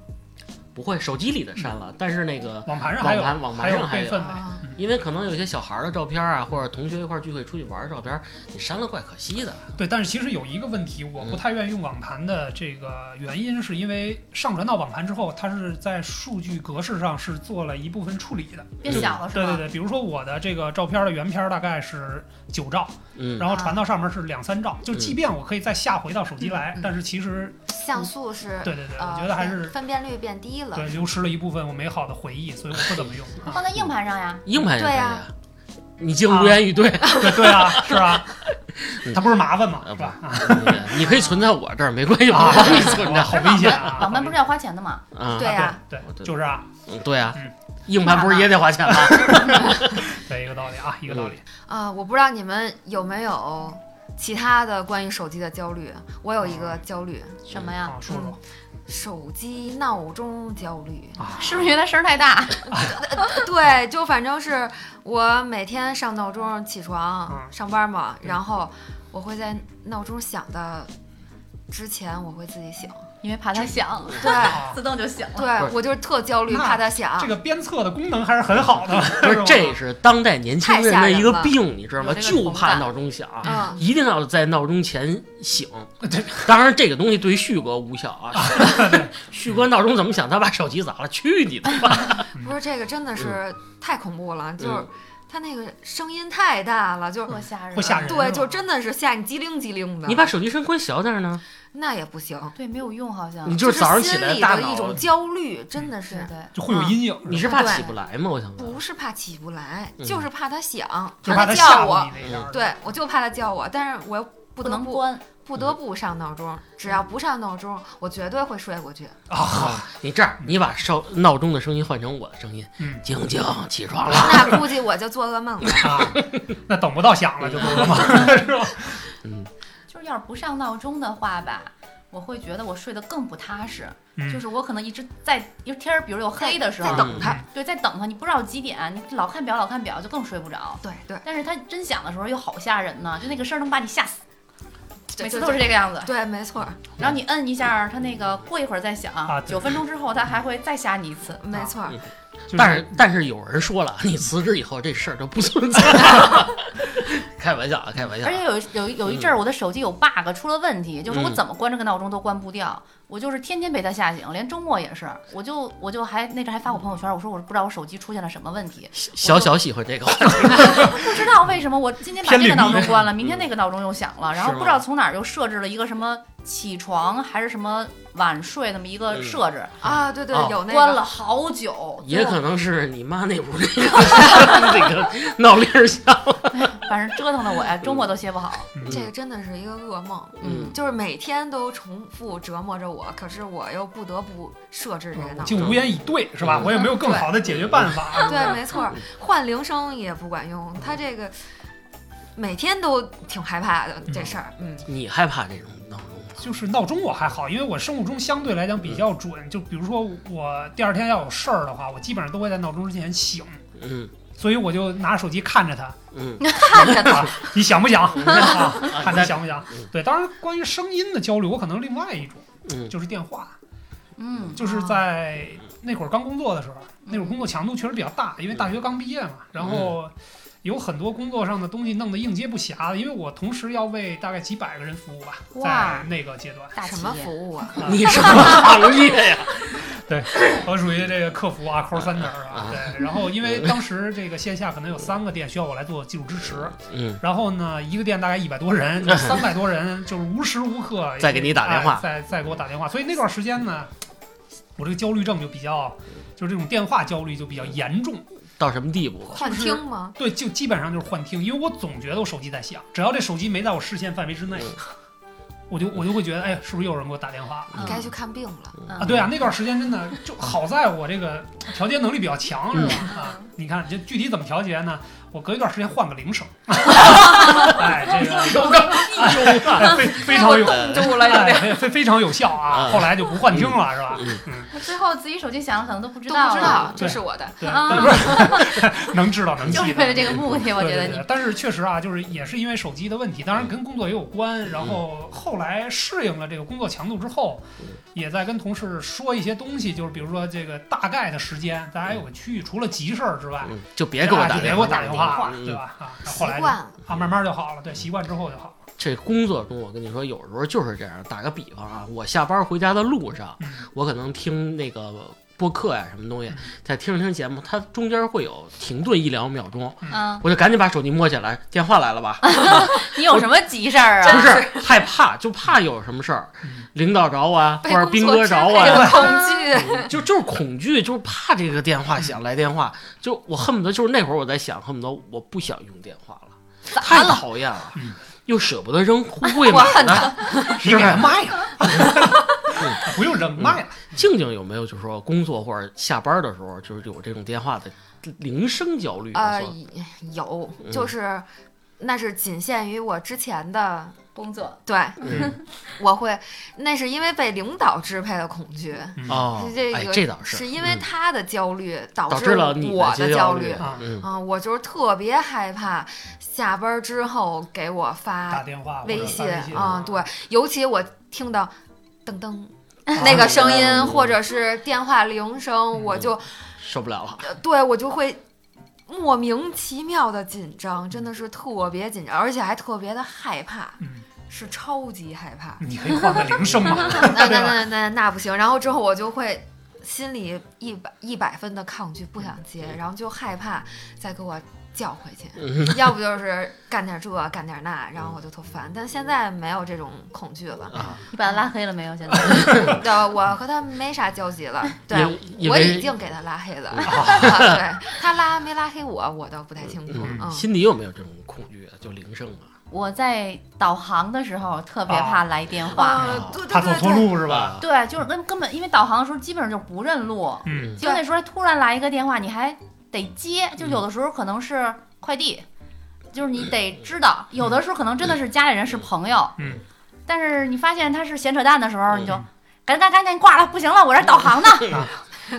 A: 不会手机里的删了，但是那个
B: 网盘上嗯
A: 网
B: 还有
A: 盘网
B: 还
A: 盘上还
B: 备份
A: 有。
B: 的，
C: 啊，
A: 因为可能有些小孩儿的照片啊，或者同学一块儿聚会出去玩儿的照片儿，你删了怪可惜的。
B: 对，但是其实有一个问题，我
D: 嗯
B: 不太愿意用网盘的这个原因，是因为上传到网盘之后，它是在数据格式上是做了一部分处理的。
D: 变小了是
B: 对对
D: 吧？
B: 对，比如说我的这个照片的原片大概是九兆，
A: 嗯，
B: 然后传到上面是两三兆，就即便我可以再下回到手机来
D: 嗯嗯，
B: 但是其实
C: 像素是
B: 对对对，
C: 呃
B: 我觉得还是
C: 分分辨率变低了。
B: 对流啊失了一部分我美好的回忆，所以我不怎么用。啊
D: 放在硬盘上呀。
A: 硬盘也可以
C: 对
A: 啊
C: 啊。
A: 你竟无言以对，
B: 对对啊，是啊
A: 嗯，
B: 它不是麻烦嘛，
A: 呃
B: 是
A: 不
B: 吧？啊，
A: 你可以存在我这儿，没关 系，我
B: 啊
A: 帮你存
B: 哇
A: 着。
D: 哎
B: 好危险啊！
D: 网盘不是要花钱的嘛？
A: 啊，
C: 对啊
B: 对对，就是啊，
A: 嗯，对啊，
B: 嗯
A: 硬盘不是也得花钱吗？
B: 对，一个道理啊，一个道理。
C: 啊，我不知道你们有没有其他的关于手机的焦虑，啊我有一个焦虑，
D: 什么呀
B: 啊？，说说
C: 手机闹钟焦虑。
B: 啊，
D: 是不是因为它声儿太大？
C: 对，就反正是我每天上闹钟起床
B: 嗯
C: 上班嘛，
B: 对
C: 然后我会在闹钟响的之前我会自己醒。
D: 因为怕它响，
C: 对，
B: 啊
D: 自动就醒了。
C: 对
A: 不是
C: 我就是特焦虑，
B: 那
C: 怕它响
B: 这。个鞭策的功能还是很好的，
A: 嗯不是，
B: 吧
A: 这是当代年轻人的一个病，你知道吗？
D: 有这个
A: 就
D: 同
A: 怕
D: 感
A: 闹钟响，
C: 嗯
A: 一定要在闹钟前醒
B: 对。
A: 当然，这个东西对于旭哥无效啊。旭哥闹钟怎么响？他把手机砸了，去你的吧！
C: 不是这个真的是太恐怖了，就是它那个声音太大了，就是
D: 多吓人，
B: 会吓人
C: 对，
B: 是吧
C: 就真的是吓你机灵机灵的。
A: 你把手机声关小点儿呢，
C: 那也不行，
D: 对，没有用，好像
A: 你
C: 就
A: 就是早上起
C: 心
A: 来
C: 里
A: 大
C: 的
A: 脑
C: 一种焦虑，真的
D: 对
C: 是。啊
D: 对，
B: 就会有阴影，
A: 嗯你是怕起不来吗？我想问。
C: 不是怕起不来，
A: 嗯
C: 就是怕它响，
B: 就怕它
C: 它叫
B: 吓
C: 我
B: 唬。你那样。，
C: 对，我就怕它叫我，但是我又不
D: 不
C: 得
D: 能嗯
C: 不
D: 关。
C: 不得
A: 嗯
C: 不上闹钟，只要不上闹钟，我绝对会睡过 去。
B: 啊，
A: 你这样，你把烧闹钟的声音换成我的声音
B: 嗯，
A: 静静起床了。
C: 那估计我就做噩梦了。
B: 啊，那等不到响了就多了嘛，是吧？
D: 就是要是不上闹钟的话吧，我会觉得我睡得更不踏实。
B: 嗯
D: 就是我可能一直在，因为天儿比如有黑的时候，
C: 在等它。
D: 对，在等它，你不知道几点，你老看表老看表就更睡不着。
C: 对对
D: 但是它真响的时候又好吓人呢，就那个声儿能把你吓死，
C: 对
D: 每次都是这个样子。
C: 对，没错儿，
D: 然后你摁一下，它那个过一会儿再响，
B: 啊对
D: 九分钟之后它还会再吓你一次。
C: 没错
A: 啊
C: 儿。
B: 就
A: 但是但是有人说了，你辞职以后这事儿就不存在了。 开玩笑啊，开玩笑
C: 哎
D: 而。且有一有一有一阵儿，我的手机有 bug 出了问题，就是我
A: 嗯
D: 怎么关这个闹钟都关不掉，我就是天天被它吓醒，连周末也是，我就我就还那阵还发过朋友圈，我说我不知道我手机出现了什么问题，
A: 小小喜欢这个话题，
D: 不知道为什么我今天把
B: 偏
D: 这个
B: 绿
D: 闹钟
B: 地
D: 关了，明天那个闹钟又响了，然
A: 嗯
D: 后
A: 是吗
D: 不知道从哪儿又设置了一个什么起床还是什么晚睡那么一个
A: 嗯
D: 设置，
C: 啊，对对，
A: 哦
C: 有那个
D: 关了好久，
A: 也
D: 最
A: 可
D: 后
A: 能是你妈那屋那个 那个闹铃儿响。
D: 反正折腾的我呀，周末都歇不好。
C: 这个真的是一个噩梦，
A: 嗯
C: 就是每天都重复折磨着我，可是我又不得不设置这个
B: 我
C: 闹钟。
B: 竟无言以对，是吧？
A: 嗯
B: 我也没有更好的解决办法。
C: 对，没错儿，换铃声也不管用，他这个每天都挺害怕的这事儿。嗯，
A: 你害怕这种闹钟吗？
B: 就是闹钟我还好，因为我生物钟相对来讲比较准。就比如说我第二天要有事儿的话，我基本上都会在闹钟之前醒，
A: 嗯
B: 所以我就拿手机看着它，
A: 嗯，
C: 看着他，
B: 啊， 你响不响啊？ 看它响不响
A: 嗯？
B: 对，当然关于声音的焦虑，我可能另外一种
A: 嗯
B: 就是电话。
D: 嗯，
B: 就是在那会儿刚工作的时候，那会儿工作强度确实比较大，因为大学刚毕业嘛，然后有很多工作上的东西弄得应接不暇，因为我同时要为大概几百个人服务吧，
D: 哇
B: 在那个阶 段，
D: 大
C: 什么
D: 企业
C: 服务 啊？
A: 你什么行业呀？
B: 我啊属于这个客服啊，call center 啊
A: 啊，
B: 对，然后因为当时这个线下可能有三个店需要我来做技术支持，
A: 嗯，
B: 然后呢，一个店大概一百 多人，三百多人，就是无时无刻
A: 再给你打电话
B: 哎再再给我打电话，所以那段时间呢，我这个焦虑症就比较，就是这种电话焦虑就比较严重。
A: 到什么地步？
C: 幻听吗？
B: 对，就基本上就是幻听，因为我总觉得我手机在响，只要这手机没在我视线范围之内，
A: 嗯
B: 我就我就会觉得，哎，是不是又有人给我打电话
D: 嗯
C: 你该嗯去看病
A: 嗯
C: 了。
B: 啊？对啊，那段时间真的就好在我这个调节能力比较强，是吧？
A: 嗯
B: 啊，你看这具体怎么调节呢？我隔一段时间换个 铃声，哎，这个
A: 有个屁用啊！
B: 哎非非常有。
C: 冻住了，有点
B: 哎，非非常有效啊！
A: 嗯
B: 后来就不幻听了，是吧？
A: 嗯
D: 最后自己手机响了，可能都不知
C: 都
D: 道
C: 不知道
D: 了，
C: 这是我的。
B: 对，
D: 啊
B: 但是 能知道能
D: 就
B: 记
D: 是
B: 得
D: 为了，这个目的，我觉得
B: 对对
D: 你
B: 对但是确实啊，就是也是因为手机的问题，当
A: 嗯
B: 然跟工作也有关。然后后来适应了这个工作强度之后
A: 嗯，
B: 也在跟同事说一些东西，就是比如说这个大概的时间，大家有个区域，除了急事儿之外，
A: 嗯，就别给我
B: 大家
A: 打
B: 啊就别
A: 电
B: 给我
A: 话，
B: 打电话，
A: 嗯
B: 对吧？啊，那
C: 习
B: 后来
C: 惯
B: 就啊，
C: 了，
B: 慢慢就好了，对，习惯之后就好了。
A: 这工作中，我跟你说，有时候就是这样。打个比方啊，我下班回家的路上，我可能听那个播客呀、什么东西
B: 嗯，
A: 在听着听节目，它中间会有停顿一两秒钟，
D: 嗯，
A: 我就赶紧把手机摸起来，电话来了吧？啊
D: 你有什么急事儿
A: 不
D: 啊？
A: 是害怕，就怕有什么事儿
B: 嗯，
A: 领导找我啊，或
C: 被
A: 者
C: 工
A: 斌
C: 作
A: 哥
C: 支
A: 找
C: 配
A: 我呀，
C: 的 恐惧。
A: 就就是恐惧，就是怕这个电话响来电话，就我恨不得就是那会儿我在想，恨不得我不想用电话了，太
D: 咋了？
A: 讨厌了
B: 嗯，
A: 又舍不得扔，会买
C: 恨
A: 的，
B: 你
A: 是不
B: 给
A: 是？
B: 他卖了， 不用扔，嗯卖了。
A: 静静有没有就是说工作或者下班的时候，就是有这种电话的铃声焦虑？
C: 呃
A: 算，
C: 有，
A: 嗯
C: 就是那是仅限于我之前的，
D: 工作
C: 对
A: 嗯
C: 我会，那是因为被领导支配的恐惧，
B: 嗯
A: 哦
C: 是，这
A: 哎，
C: 个
A: 这倒
C: 是因为
A: 嗯
C: 他的焦虑导
A: 导
C: 致
A: 致了你
C: 我
A: 的
C: 的
A: 焦
C: 虑。
B: 啊
A: 嗯，
C: 啊、我就是特别害怕下班之后给我
B: 打
C: 发
B: 电话、
C: 微
B: 信
C: 信
B: 啊
C: 啊、，对，尤其我听到噔噔那个声音，或者是电话铃声，我就
A: 受不了了。
C: 呃对我就会莫名其妙的紧张，真的是特别紧张，而且还特别的害怕，
B: 嗯
C: 是超级害怕
B: 。你可以换个铃声嘛，
C: 那
B: 对
C: 那
B: 吧？
C: 那那那不行，然后之后我就会。心里一百一百分的抗拒，不想接，然后就害怕再给我叫回去，
A: 嗯
C: 要不就是干点这干点那，然后我就特烦。但现在没有这种恐惧了，
A: 啊，
D: 你把他拉黑了没有？现在
C: 对，我和他没啥交集了。对，
A: 因因
C: 我已
A: 为
C: 经给他拉黑了。啊 对他拉没拉黑我，我倒不太清楚。
A: 嗯
C: 嗯，
A: 心里有没有这种恐惧啊？就铃声啊，
D: 我在导航的时候特别怕来电话，
C: 啊，对
B: 怕
C: 对
B: 走
C: 对
B: 错
C: 对，
B: 路是吧？
D: 对，就是根根本因为导航的时候基本上就不认路，
B: 嗯，
D: 就那时候还突然来一个电话，你还得接，就有的时候可能是快递，就是你得知道，有的时候可能真的是家里人是朋友，
B: 嗯，
D: 但是你发现他是闲扯淡的时候，
A: 嗯
D: 你就赶紧赶紧赶紧挂了，不行了，我这导 航呢
B: 嗯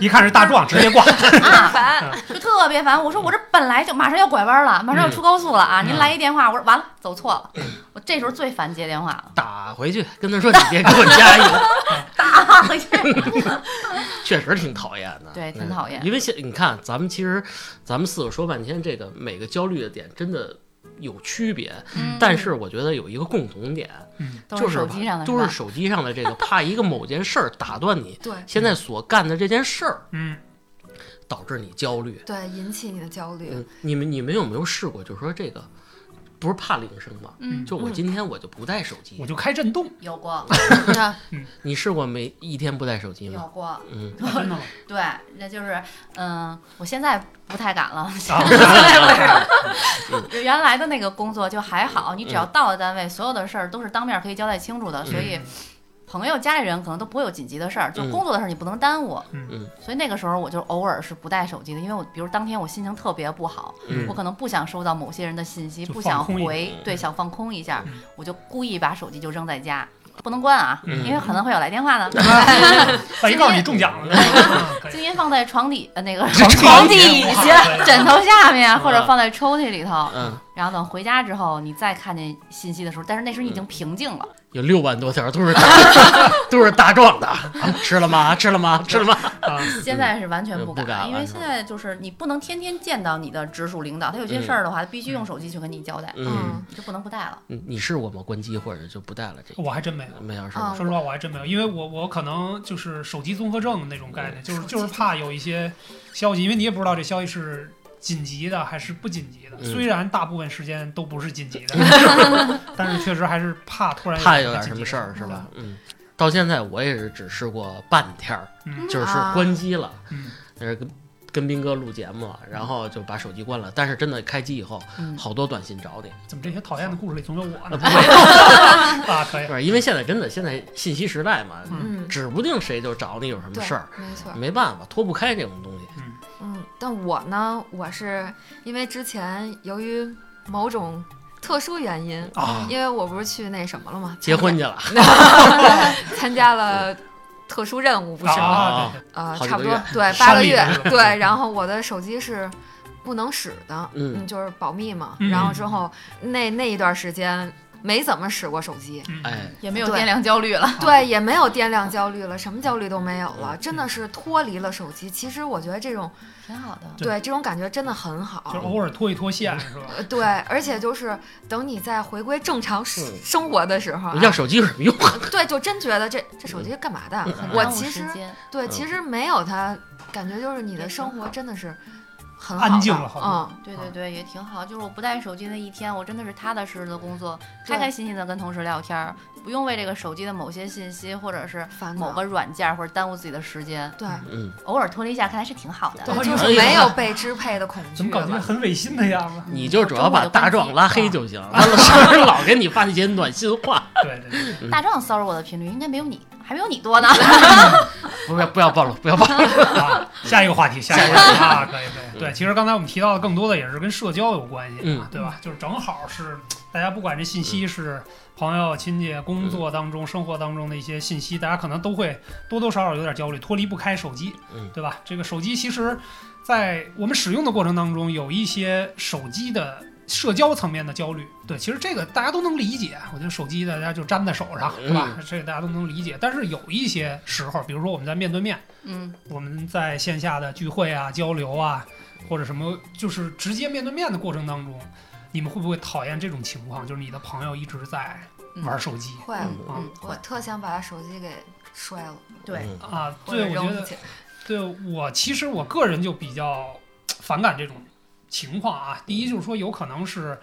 B: 一看是大壮，直接挂。
D: 啊，
C: 烦。
D: 就特别烦。我说我这本来就马上要拐弯了，马上要出高速了啊，
B: 嗯
D: 您来一电话，我说完了，走错了，我这时候最烦接电话了，
A: 啊打回去跟他说你别给我加一 个，
D: 打回去，
A: 确实挺讨厌的。
D: 对
A: 嗯
D: 挺讨厌
A: 因为现你看，咱们其实咱们四个说半天，这个每个焦虑的点真的有区别，
D: 嗯
A: 但是我觉得有一个共同点，
D: 都
A: 就是
D: 手机上的
A: 都
D: 吧
A: 是手机上的这个怕一个某件事儿打断你
C: 对
A: 现在所干的这件事儿，
B: 嗯，
A: 导致你焦虑。
C: 对，引起你的焦虑。
A: 嗯，你们你们有没有试过，就是说这个不是怕铃声吗？
D: 嗯
A: 就我今天我就不带手机
B: 我，就开震动，
D: 有 过
A: 啊
C: 那
A: 你试过没一天不带手机
D: 有
A: 吗？
D: 过。
A: 嗯，
B: 真的吗？
D: 对，那就是，嗯，我现在不太敢了。
B: 啊
D: 原来的那个工作就还好，你只
A: 嗯
D: 要到了单位，所有的事儿都是当面可以交代清楚的，所以朋友、家里人可能都不会有紧急的事儿，就
A: 嗯
D: 工作的事儿你不能耽误。
B: 嗯
A: 嗯
D: 所以那个时候我就偶尔是不带手机的，因为我比如当天我心情特别不好，
A: 嗯
D: 我可能不想收到某些人的信息，
B: 就
D: 不想
B: 放空一
D: 回，对，想放空一下
B: 嗯，
D: 我就故意把手机就扔在家，不能关啊，
A: 嗯
D: 因为可能会有来电话
B: 嗯
D: 的。
B: 万一告诉你中奖了呢， 啊可以
D: 静音放在床底呃那个
B: 床
D: 床
B: 底
D: 底
B: 下
D: 下、枕头下面，
A: 嗯
D: 或者放在抽屉里头。
A: 嗯，
D: 然后等回家之后，你再看见信息的时候，但是那时候你已经平静了。
A: 有六万多条都是大 都是大壮的，啊吃了吗？吃了吗？吃了吗？
B: 啊，
D: 现在是完全
A: 嗯不
D: 敢，
A: 敢了
D: 因为现在就是你不能天天见到你的直属领导，他有些事儿的话，必须用手机去跟你交代，
A: 嗯，
C: 嗯
D: 你就不能不带了。
A: 你你试过吗？关机或者就不带了这
B: 我还真没有。
A: 没有是吧？
C: 嗯
B: 说实话，我还真没有，因为我我可能就是手机综合症那种概念，就是
D: 手机
B: 就是怕有一些消息，因为你也不知道这消息是紧急的还是不紧急的。
A: 嗯
B: 虽然大部分时间都不是 紧急的，但是确实还是怕突然
D: 嗯
A: 怕
B: 有
A: 有点什么事儿是吧？嗯，到现在我也是只试过半天儿，
B: 嗯
A: 就是
C: 啊
A: 关机了，
B: 嗯
A: 那是跟跟斌哥录节目了，然后就把手机关了。但是真的开机以后，
D: 嗯，
A: 好多短信找你，
B: 怎么这些讨厌的故事里总有我
A: 啊
B: 呢
A: 不？会，
B: 啊，可以
A: 不。是因为现在真的现在信息时代嘛，
C: 嗯，
A: 指不定谁就找你有什么
C: 对
A: 事儿，，
C: 没错。
A: 没办法，脱不开这种东西。
C: 嗯，但我呢，我是因为之前由于某种特殊原因，
B: 啊，
C: 因为我不是去那什么了嘛，
A: 结婚去了，
C: 参加了特殊任务，不是吗？
B: 啊，对对
C: 呃，
A: 好几
C: 差不
A: 个
C: 多
A: 月
C: 对
B: 山
C: 八个
B: 里
C: 月
B: 的是吧，
C: 对。然后我的手机是不能使的，
A: 嗯，
C: 嗯，就是保密嘛。
B: 嗯
C: 然后之后那那一段时间没怎么使过手机，
B: 嗯
A: 哎，啊
D: 也没有
C: 对
D: 电量焦虑
B: 啊
D: 了。
C: 对，也没有电量焦虑了，什么焦虑都没有了，真
A: 嗯
C: 的是脱离了手机。其实我觉得这种
D: 挺好的。
B: 对
C: 对这种感觉真的很
B: 啊就是
C: 好。
B: 偶尔脱一脱线是 吧？
C: 呃对，而且就是等你再回归正常生
A: 嗯
C: 生活的时候啊、
A: 要手机有什么用？嗯
C: 对，就真觉得这这手机干嘛的？
D: 很
C: 我
D: 耽误
C: 其
D: 时
C: 实
D: 间
C: 对，
B: 嗯
C: 其实没有它，感觉就是你的生活真的是很好
B: 安
C: 的
B: 静了好多
C: 嗯，
D: 对对对，也挺好。就是我不带手机那一天，我真的是踏踏实实的工作，开
C: 对
D: 开心心的跟同事聊天儿，不用为这个手机的某些信息或者是
C: 烦恼
D: 某个软件儿或者耽误自己的时间，
C: 对
A: 嗯，
D: 偶尔脱离一下，看来是挺好的。
C: 对，
B: 哎
C: 就
A: 呦
C: 是没有被支配的恐
B: 怎
C: 惧
B: 么感觉
C: 了。
B: 很违心的样子？
A: 你就主要把大壮拉黑就行，
B: 啊
A: 完了事儿老给你发那些暖心话。
B: 对对对，
D: 大壮骚扰我的频率应该没有你还还没有你多呢。
A: 不要不要暴露，不要暴露。
B: 啊，下一个话题，下一个话题啊，可以可以。对，其实刚才我们提到的更多的也是跟社交有关系啊
A: 嗯，
B: 对吧？就是正好是大家不管这信息是朋友、亲戚、工作当中、生活当中的一些信息，大家可能都会多多少少有点焦虑，脱离不开手机
A: 嗯，
B: 对吧？这个手机其实，在我们使用的过程当中，有一些手机的。社交层面的焦虑，对，其实这个大家都能理解。我觉得手机大家就粘在手上，是吧？
A: 嗯
B: 这个大家都能理解。但是有一些时候，比如说我们在面对面，
D: 嗯，
B: 我们在线下的聚会啊、交流啊，或者什么，就是直接面对面的过程当中，你们会不会讨厌这种情况？就是你的朋友一直在玩手机、
C: 会，
D: 嗯
B: 啊
D: 嗯，
C: 我特想把手机给摔了，
D: 对，
A: 嗯
B: 啊？
C: 或者
B: 对，我觉
C: 扔
B: 得
C: 进去。
B: 对我其实我个人就比较反感这种情况啊。第一
D: 嗯
B: 就是说，有可能是，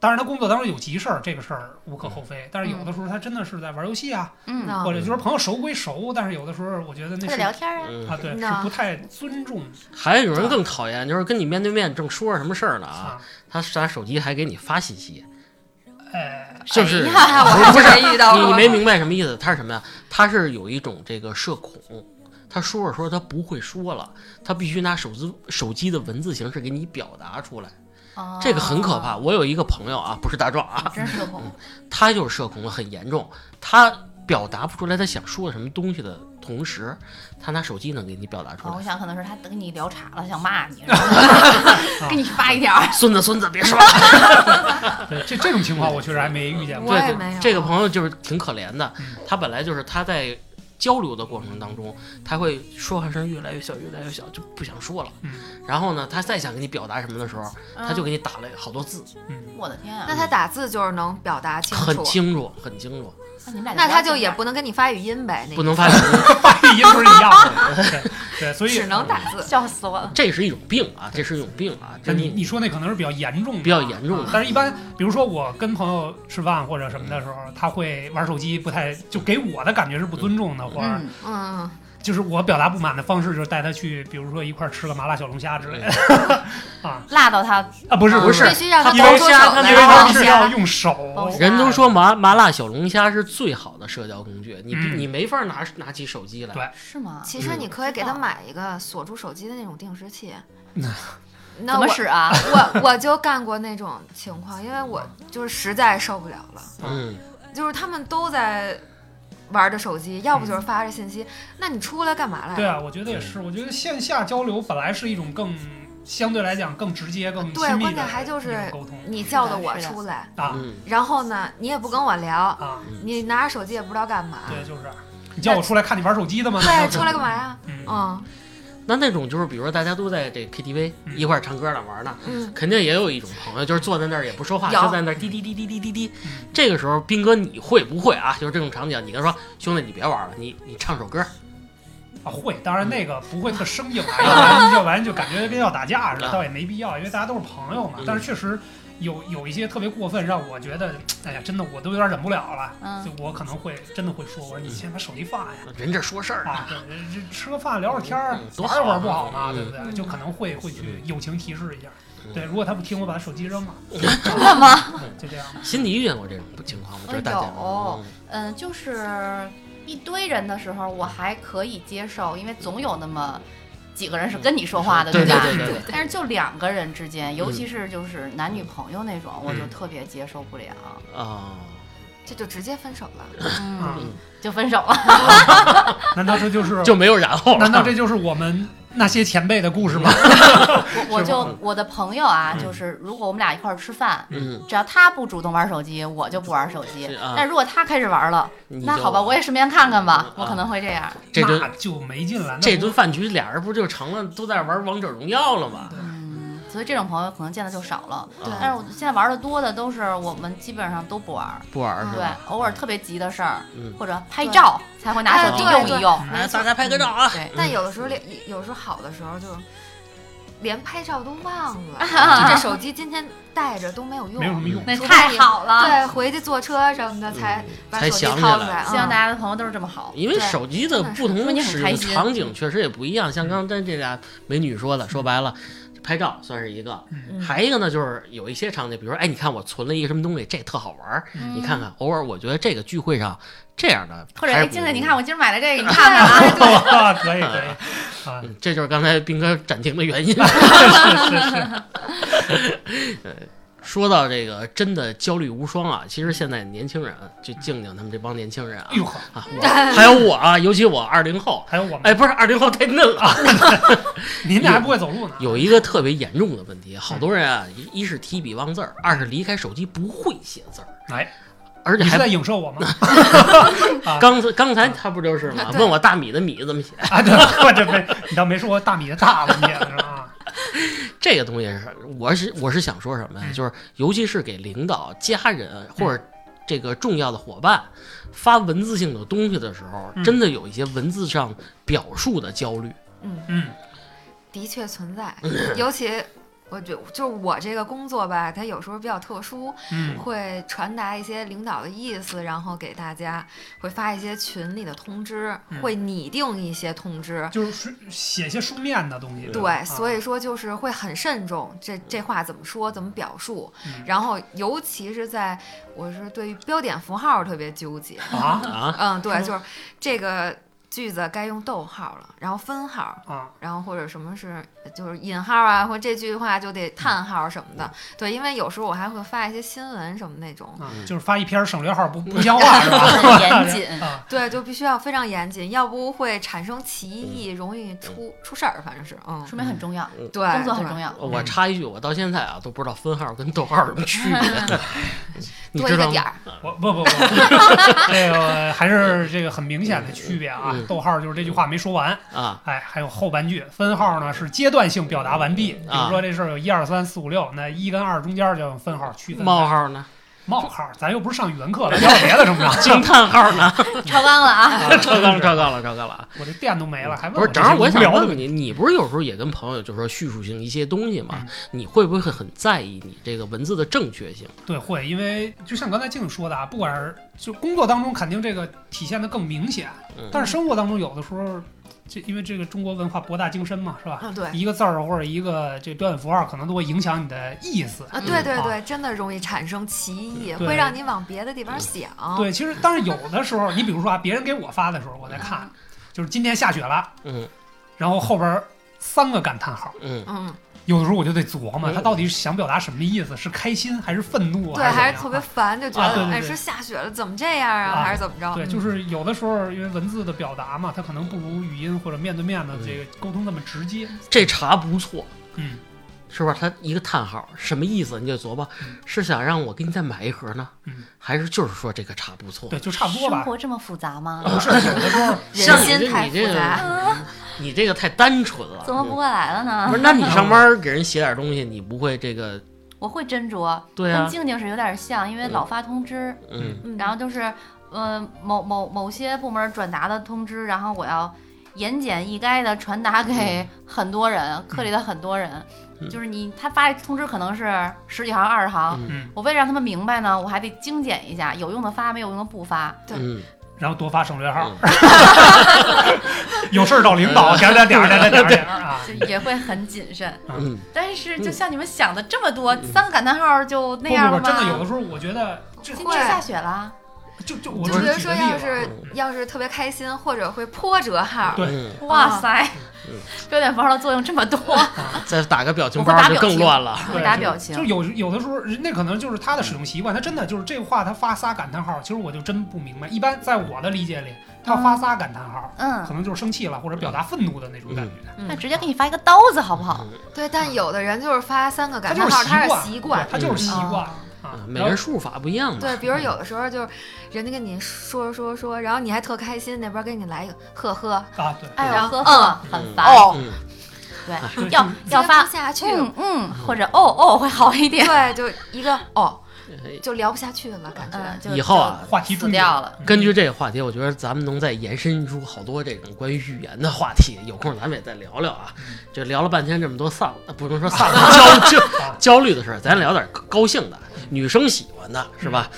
B: 当然他工作当中有急事儿，这个事儿无可厚非。但是有的时候他真的是在玩游戏啊，
D: 嗯，
C: 那
B: 或者就是朋友熟归熟，但是有的时候我觉得那
D: 他在
B: 是
D: 聊天啊，
A: 嗯
B: 啊，对，是
C: 那
B: 不太尊重
A: 还有人更讨厌，就是跟你面对面正说着什么事儿呢啊，
B: 啊。
A: 他拿手机还给你发信息，
B: 哎，
A: 就是
D: 哎呀
C: 那我还
A: 不是
C: 真没遇到
A: 你
C: 过。
A: 你没明白什么意思？他是什么呀？他是有一种这个社恐，他说着说着他不会说了，他必须拿手机手机的文字形式给你表达出来，
D: 哦
A: 这个很可怕。，我有一个朋友啊，不是大壮啊，
D: 真是个恐怖。
A: 他就是社恐很严重，他表达不出来他想说什么东西的同时，他拿手机能给你表达出
D: 哦我
A: 来。
D: 想可能是他跟你聊岔了，想骂 你，然后给你发一条。
A: 孙子，孙子，别说了。
B: 对，这这种情况我确实还没遇见过。
C: 我也
A: 对
C: 没
A: 对
C: 有，
A: 这个朋友就是挺可怜的
B: 嗯，
A: 他本来就是他在交流的过程当中，他会说话声越来越小，越来越小，就不想说了。
B: 嗯
A: 然后呢，他再想跟你表达什么的时候，他就
D: 嗯
A: 给你打了好多字，
B: 嗯，
D: 我的天
C: 那
D: 啊！
C: 他打字就是能表达清
A: 很
C: 楚，
A: 清楚，很清楚，
D: 那你们俩
C: 那他
D: 聊
C: 就
D: 天
C: 也
D: 吧
C: 不能跟你发语音呗，那
A: 不能发语音，
B: 语音不是一样的，对对，所以
C: 只能打字。
D: 笑死我了。
A: 这是一种病啊，这是一种病啊，这
B: 但你你说那可能是比较严重的，
A: 比较严重
B: 啊
A: 的
B: 但是，一般比如说我跟朋友吃饭或者什么的时候，他会玩手机，不太就给我的感觉是不尊重的，或者
D: 嗯，
C: 嗯，
B: 就是我表达不满的方式就是带他去，比如说一块儿吃个麻辣小龙虾之类的
D: 辣到 他
B: 啊，不是
A: 不是
C: 必须让
A: 他
C: 他
A: 因
C: 高
A: 为
C: 手
A: 虾他
B: 因
C: 来
B: 为他
C: 往
B: 是
C: 下
B: 要。用手
D: 哦，
A: 人都说麻麻辣小龙虾是最好的社交工具，你
B: 嗯
A: 你没法拿拿起手机来
B: 对。
D: 是吗？
C: 其实你可以给他买一个锁住手机的那种定时器。那
D: 怎
C: 我
D: 么使 啊？
C: 我我就干过那种情况，因为我就是实在受不了了，
A: 嗯，
C: 就是他们都在玩着手机，要不就是发着信息，那你出来干嘛来了？
B: 对啊，我觉得也是，我觉得线下交流本来是一种更相对来讲更直接、更
C: 对
B: 亲密的
C: 关键还就是
B: 一种沟通
C: 你叫的我
D: 是的
C: 出来，
B: 啊
A: 嗯，
C: 然后呢，你也不跟我聊，
B: 啊，
C: 你拿着手机也不知道干嘛，
D: 啊
B: 对，就是你叫我出来看你玩手机的吗？
C: 对，啊出来干嘛呀？
B: 嗯
D: 哦
C: 嗯
A: 那那种就是，比如说大家都在这 KTV
B: 嗯
A: 一块儿唱歌呢，玩呢，
C: 嗯，
A: 肯定也有一种朋友，就是坐在那儿也不说话，
C: 有
A: 就在那儿滴滴滴滴滴滴滴
B: 嗯。
A: 这个时候，斌哥，你会不会啊？就是这种场景，你跟他说，兄弟，你别玩了，你你唱首歌，
B: 啊，会，当然那个不会特生硬啊，要不然要不然就感觉跟要打架似的，
A: 啊
B: 倒也没必要，因为大家都是朋友嘛
A: 嗯。
B: 但是确实有有一些特别过分，让我觉得，哎呀，真的我都有点忍不了了。
D: 嗯，
B: 就我可能会真的会说，我说你先把手机放下
A: 人这说事儿呢。
B: 啊，对，这吃个饭聊会儿天儿
A: 嗯，多
B: 玩一会
A: 好啊
B: 儿不好吗？
A: 嗯
B: 对不对？就可能会会去友情提示一下
A: 嗯。
B: 对，如果他不听，我把他手机扔了， 嗯
D: 真的吗？
B: 就这样吧。
A: 辛迪遇见过这种情况吗？就是大家
D: 有嗯，就是一堆人的时候，我还可以接受，因为总有那么几个人是跟你说话的，
A: 对
D: 吧？
A: 对对嗯对
D: 但是就两个人之间，尤其是就是男女朋友那种，我
A: 嗯
D: 就特别接受不了，
A: 啊，
C: 这就直接分手了。
D: 嗯，
B: 嗯
D: 就分手了。
B: 难道这就是？
A: 就没有然后了
B: 难。道这就是我们那些前辈的故事吗？
D: 我我
B: 是
D: 就我的朋友啊，
B: 嗯
D: 就是如果我们俩一块儿吃饭。
A: 嗯，
D: 只要他不主动玩手机，我就不玩手机
A: 是啊。
D: 但如果他开始玩了，
A: 你
D: 那
A: 就
D: 好吧，我也顺便看看吧，
A: 嗯
D: 我可能会这样。
A: 这顿
B: 那就没劲了。那
A: 这
B: 不
A: 顿饭局俩人不就成了都在玩王者荣耀了吗？
D: 嗯，所以这种朋友可能见的就少了。
C: 对
A: 啊
D: 但是我现在玩的多的都是我们基本上都不玩儿，
A: 不玩儿是
D: 对
A: 吧？，
D: 偶尔特别急的事儿
A: 嗯，
D: 或者拍照才会拿手机用一用。
A: 来大家拍个照啊！
D: 对，
C: 但有的时候连有时候好的时候就连拍照都忘了，
D: 啊
C: 这手机今天带着都没有用，
B: 没有什么用。
D: 那太好了，
C: 对，回去坐车什么的才把
A: 嗯才
C: 手机
A: 想起
C: 掏出
A: 来
C: 来，
D: 希望大
C: 家
D: 家的朋友都是这么好。
A: 因为手机的不同
D: 对嗯
A: 使用场景确实也不一样，像刚才这俩美女说的，说白了，拍照算是一个，
D: 嗯
A: 还一个呢就是有一些场景，比如说哎，你看我存了一个什么东西，这特好玩儿，你看看，偶尔我觉得这个聚会上这样的
D: 嗯或者
A: 还
D: 哎，
A: 是
D: 静姐，
A: 不
D: 你看我今儿买 了这个，你看看啊，
B: 哎可以可以啊，
A: 嗯，这就是刚才斌哥暂停的原 因。呃
B: 是是是，
A: 说到这个真的焦虑无双啊，其实现在年轻人，就静静他们这帮年轻人啊
B: 哎，呦呵，
A: 啊，我还有我啊，尤其我二零后，
B: 还有我们，
A: 哎，不是二零后太嫩了，
B: 您这还不会走路呢？
A: 有一个特别严重的问题，好多人啊，一一是提笔忘字儿，二是离开手机不会写字儿，
B: 哎，
A: 而且
B: 你是在啊
A: 还
B: 影射我吗？
A: 刚才刚才他不就是吗？
C: 啊对
A: 问我大米的米怎么写，
B: 啊，对， 我这没，你倒没说大米的大了，你也是 吧？
A: 这个东西是，我是我是想说什么呀？
B: 嗯
A: 就是尤其是给领导、家人或者这个重要的伙伴发文字性的东西的时候，
B: 嗯
A: 真的有一些文字上表述的焦虑。
B: 嗯，
C: 的确 存在，尤其我觉就我这个工作吧，它有时候比较特殊，
B: 嗯
C: 会传达一些领导的意思，然后给大家会发一些群里的通知，
B: 嗯
C: 会拟定一些通知。
B: 就是书写些书面的东西。
C: 对，所以说就是会很慎重，这这话怎么说，怎么表述，
B: 嗯
C: 然后尤其是在我是对于标点符号特别 纠结，
B: 啊
A: 啊，
C: 嗯， 对，
D: 嗯
C: 就是这个句子该用逗号了，然后分号，
B: 啊，
C: 然后或者什么是就是引号啊，或这句话就得叹号什么的。
B: 嗯
C: 对，因为有时候我还会发一些新闻什么那种，
B: 啊
A: 嗯
B: 就是发一篇省略号不不像话是 吧？
D: 很 严谨。
B: 啊，
C: 对，就必须要非常严谨，要不会产生歧义，容易出出事儿，反正是，嗯，
D: 说明很重 要，
C: 对，
D: 工作很重
C: 要。
D: 要。
B: 嗯
A: 我插一句，我到现在啊都不知道分号跟逗号有什么区 别，你
C: 多一
A: 知
C: 个
A: 道
C: 点
A: 吗？
C: 儿，
B: 我不 不不，这个还是这个很明显的区别啊
A: 嗯。
B: 逗号就是这句话没说完，
A: 啊，
B: 哎，还有后半句，分号呢是阶段性表达完毕。比如
A: 啊
B: 说这事儿有一二三四五六，那一跟二中间就用分号区分。
A: 冒号呢？
B: 冒号，咱又不是上语文课了，聊点别 的成不
A: 惊
B: 成？
A: 叹号呢？
D: 超纲了 啊，
A: 超纲超纲了，超纲了啊！
B: 我这电都没了，还
A: 不
B: 问
A: 是，
B: 这
A: 正
B: 些
A: 好我
B: 无
A: 想
B: 聊
A: 问
B: 的
A: 问你，你不是有时候也跟朋友就说叙述性一些东西吗
B: 嗯？
A: 你会不会很在意你这个文字的正确性？
B: 对，会，因为就像刚才静静说的啊，不管是就工作当中，肯定这个体现的更明显，
A: 嗯
B: 但是生活当中有的时候，这因为这个中国文化博大精深嘛，是吧？
C: 嗯，
A: 啊
C: 对。
B: 一个字儿或者一个这标点符号，可能都会影响你的意思。
C: 啊，对对
B: 啊
C: 对，真的容易产生歧义，
B: 对
C: 会让你往别的地方
D: 哦
C: 想。
B: 对，其实但是有的时候，你比如说啊，别人给我发的时候，
D: 嗯
B: 我在看，就是今天下雪了，
A: 嗯
B: 然后后边儿三个感叹号，
A: 嗯
C: 嗯，
B: 有的时候我就得琢磨，
A: 嗯
B: 他到底是想表达什么意思？是开心还是愤怒？
C: 对，
B: 还
C: 还
B: 是怎
C: 是特
B: 么
C: 别
B: 样
C: 烦，就觉
B: 啊对
C: 得
B: 对
C: 哎，
B: 对
C: 是下雪了，怎么这样啊，
B: 啊
C: 还是怎么着？
B: 对，
C: 嗯
B: 就是有的时候因为文字的表达嘛，它可能不如语音或者面对面
A: 嗯
B: 的这个沟通那么直接。
A: 这茶不错，
B: 嗯，
A: 是不是？它一个叹号，什么意思？你就琢磨
B: 嗯，
A: 是想让我给你再买一盒呢
B: 嗯，
A: 还是就是说这个茶不错？
B: 对，就差不多
D: 生
B: 吧。
D: 活这么复杂吗？
A: 嗯
B: 不是，有的时 候
A: 像你
C: 人心
A: 这
C: 太
A: 你这
C: 复杂。
A: 个，你这个太单纯了。
D: 怎么不
A: 嗯
D: 过来了呢？
A: 不是？那你
B: 嗯
A: 上班给人写点东西，你不会这个？
D: 我会斟酌，
A: 对
D: 跟
A: 啊，
D: 静静是有点像，因为老发通知，
A: 嗯
C: 嗯
D: 然后就是，呃，某某某些部门转达的通知，然后我要言简意赅的传达
B: 嗯
D: 给很多人，科里的很多人。
A: 嗯
D: 就是你他发的通知可能是十几行、二十行，
A: 嗯
B: 嗯，
D: 我为了让他们明白呢，我还得精简一下，有用的发，没有用的不发。
C: 对
A: 嗯，
B: 然后多发省略号，
A: 嗯
B: 有事儿找领导，点儿点儿点儿点儿点儿点儿啊。
D: 就也会很谨 慎，
A: 嗯，
D: 但是就像你们想的这么多，三个感叹号就 那
B: 不
D: 样
B: 嗯不
D: 了
B: 不，
D: 吗？
B: 真的有的时候我觉得这
D: 今天下雪了，
B: 就就我
C: 就
B: 只
C: 比如
B: 举
C: 说，
B: 个
C: 要
B: 例子啊
C: 是要是特别开心，或者会波折号，
B: 对
A: 嗯
D: 哇塞
A: 嗯，
D: 标点符号的作用这么多，
A: 再打个表情
D: 我会
A: 包
D: 打
A: 就
D: 表
A: 更
D: 情
A: 乱了。
B: 对
D: 回答表情
B: 就。有有的时候，那可能就是他的使用习惯，他真的就是这话他发仨感叹号，其实我就真不明白。一般在我的理解里，他要发仨感叹号，
D: 嗯
B: 可，能就是生气了或者表达愤怒的那种感觉。
D: 那直接给你发一个刀子好不好？
A: 嗯
C: 对，但有的人就是发三个感
B: 就
C: 叹
B: 是
C: 号，他
B: 习
C: 是
B: 惯，
C: 习惯
B: 对。他就是习惯
D: 啊
B: 啊
A: 嗯，。每人输入法不一样嘛。嗯
C: 对，比如有的时候就是人家跟你说说说，然后你还特开心，那边给你来一个呵呵，
B: 啊，对，
D: 哎呦，
C: 然后
D: 呵呵，很烦。
C: 哦
A: 嗯，
D: 对，
B: 对
D: 要要
C: 接
D: 发
C: 不下去。
D: 嗯嗯，或者哦哦 会好一点。
C: 对，就一个哦，
A: 哎
C: 就聊不下去了，感觉。
D: 嗯，就
A: 以后啊
B: 话题
D: 就死
B: 终结
D: 掉了。
A: 根据这个话题，我觉得咱们能再延伸出好多这种关于语言的话题。有空咱们也再聊聊啊。
B: 嗯
A: 这聊了半天这么多丧，呃不能 说丧焦焦焦虑的事儿，咱聊点高兴的，女生喜欢的是吧？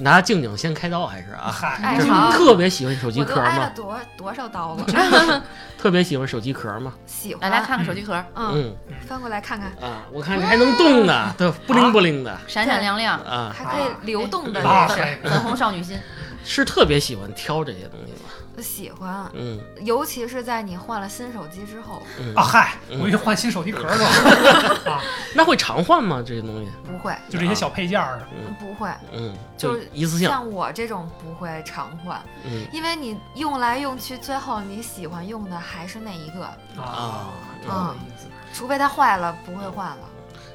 A: 拿静静先开刀还是啊？
B: 嗨，
C: 哎
A: 就是
C: 好
A: 特别喜欢手机
C: 我都
A: 壳
C: 挨
A: 吗
C: 了？多多少刀 了，
A: 特别喜欢手机壳吗？
C: 喜
D: 来
C: 欢。
D: 来看看手机壳，
C: 嗯，
A: 嗯
C: 翻过来看看，
A: 啊，我看还能动的，对，不灵不灵的
D: 闪闪亮亮，
A: 啊，
C: 还可以流动的
B: 啊
C: 那
B: 可
C: 个，
B: 以
D: 粉红少女心。
A: 是特别喜欢挑这些东西吧？
C: 喜欢，
A: 嗯
C: 尤其是在你换了新手机之后，
A: 嗯
B: 啊，嗨，
A: 嗯
B: 我一换新手机壳 儿了啊，
A: 那会常换吗？这些东西？
C: 不会，
B: 就这些小配件儿，
C: 不会，
A: 嗯，
C: 就
A: 就是一次性。
C: 像我这种不会常换，
A: 嗯
C: 因为你用来用去，最后你喜欢用的还是那一个，
A: 啊，
B: 这么个意思。
C: 除非它坏了，不会换了。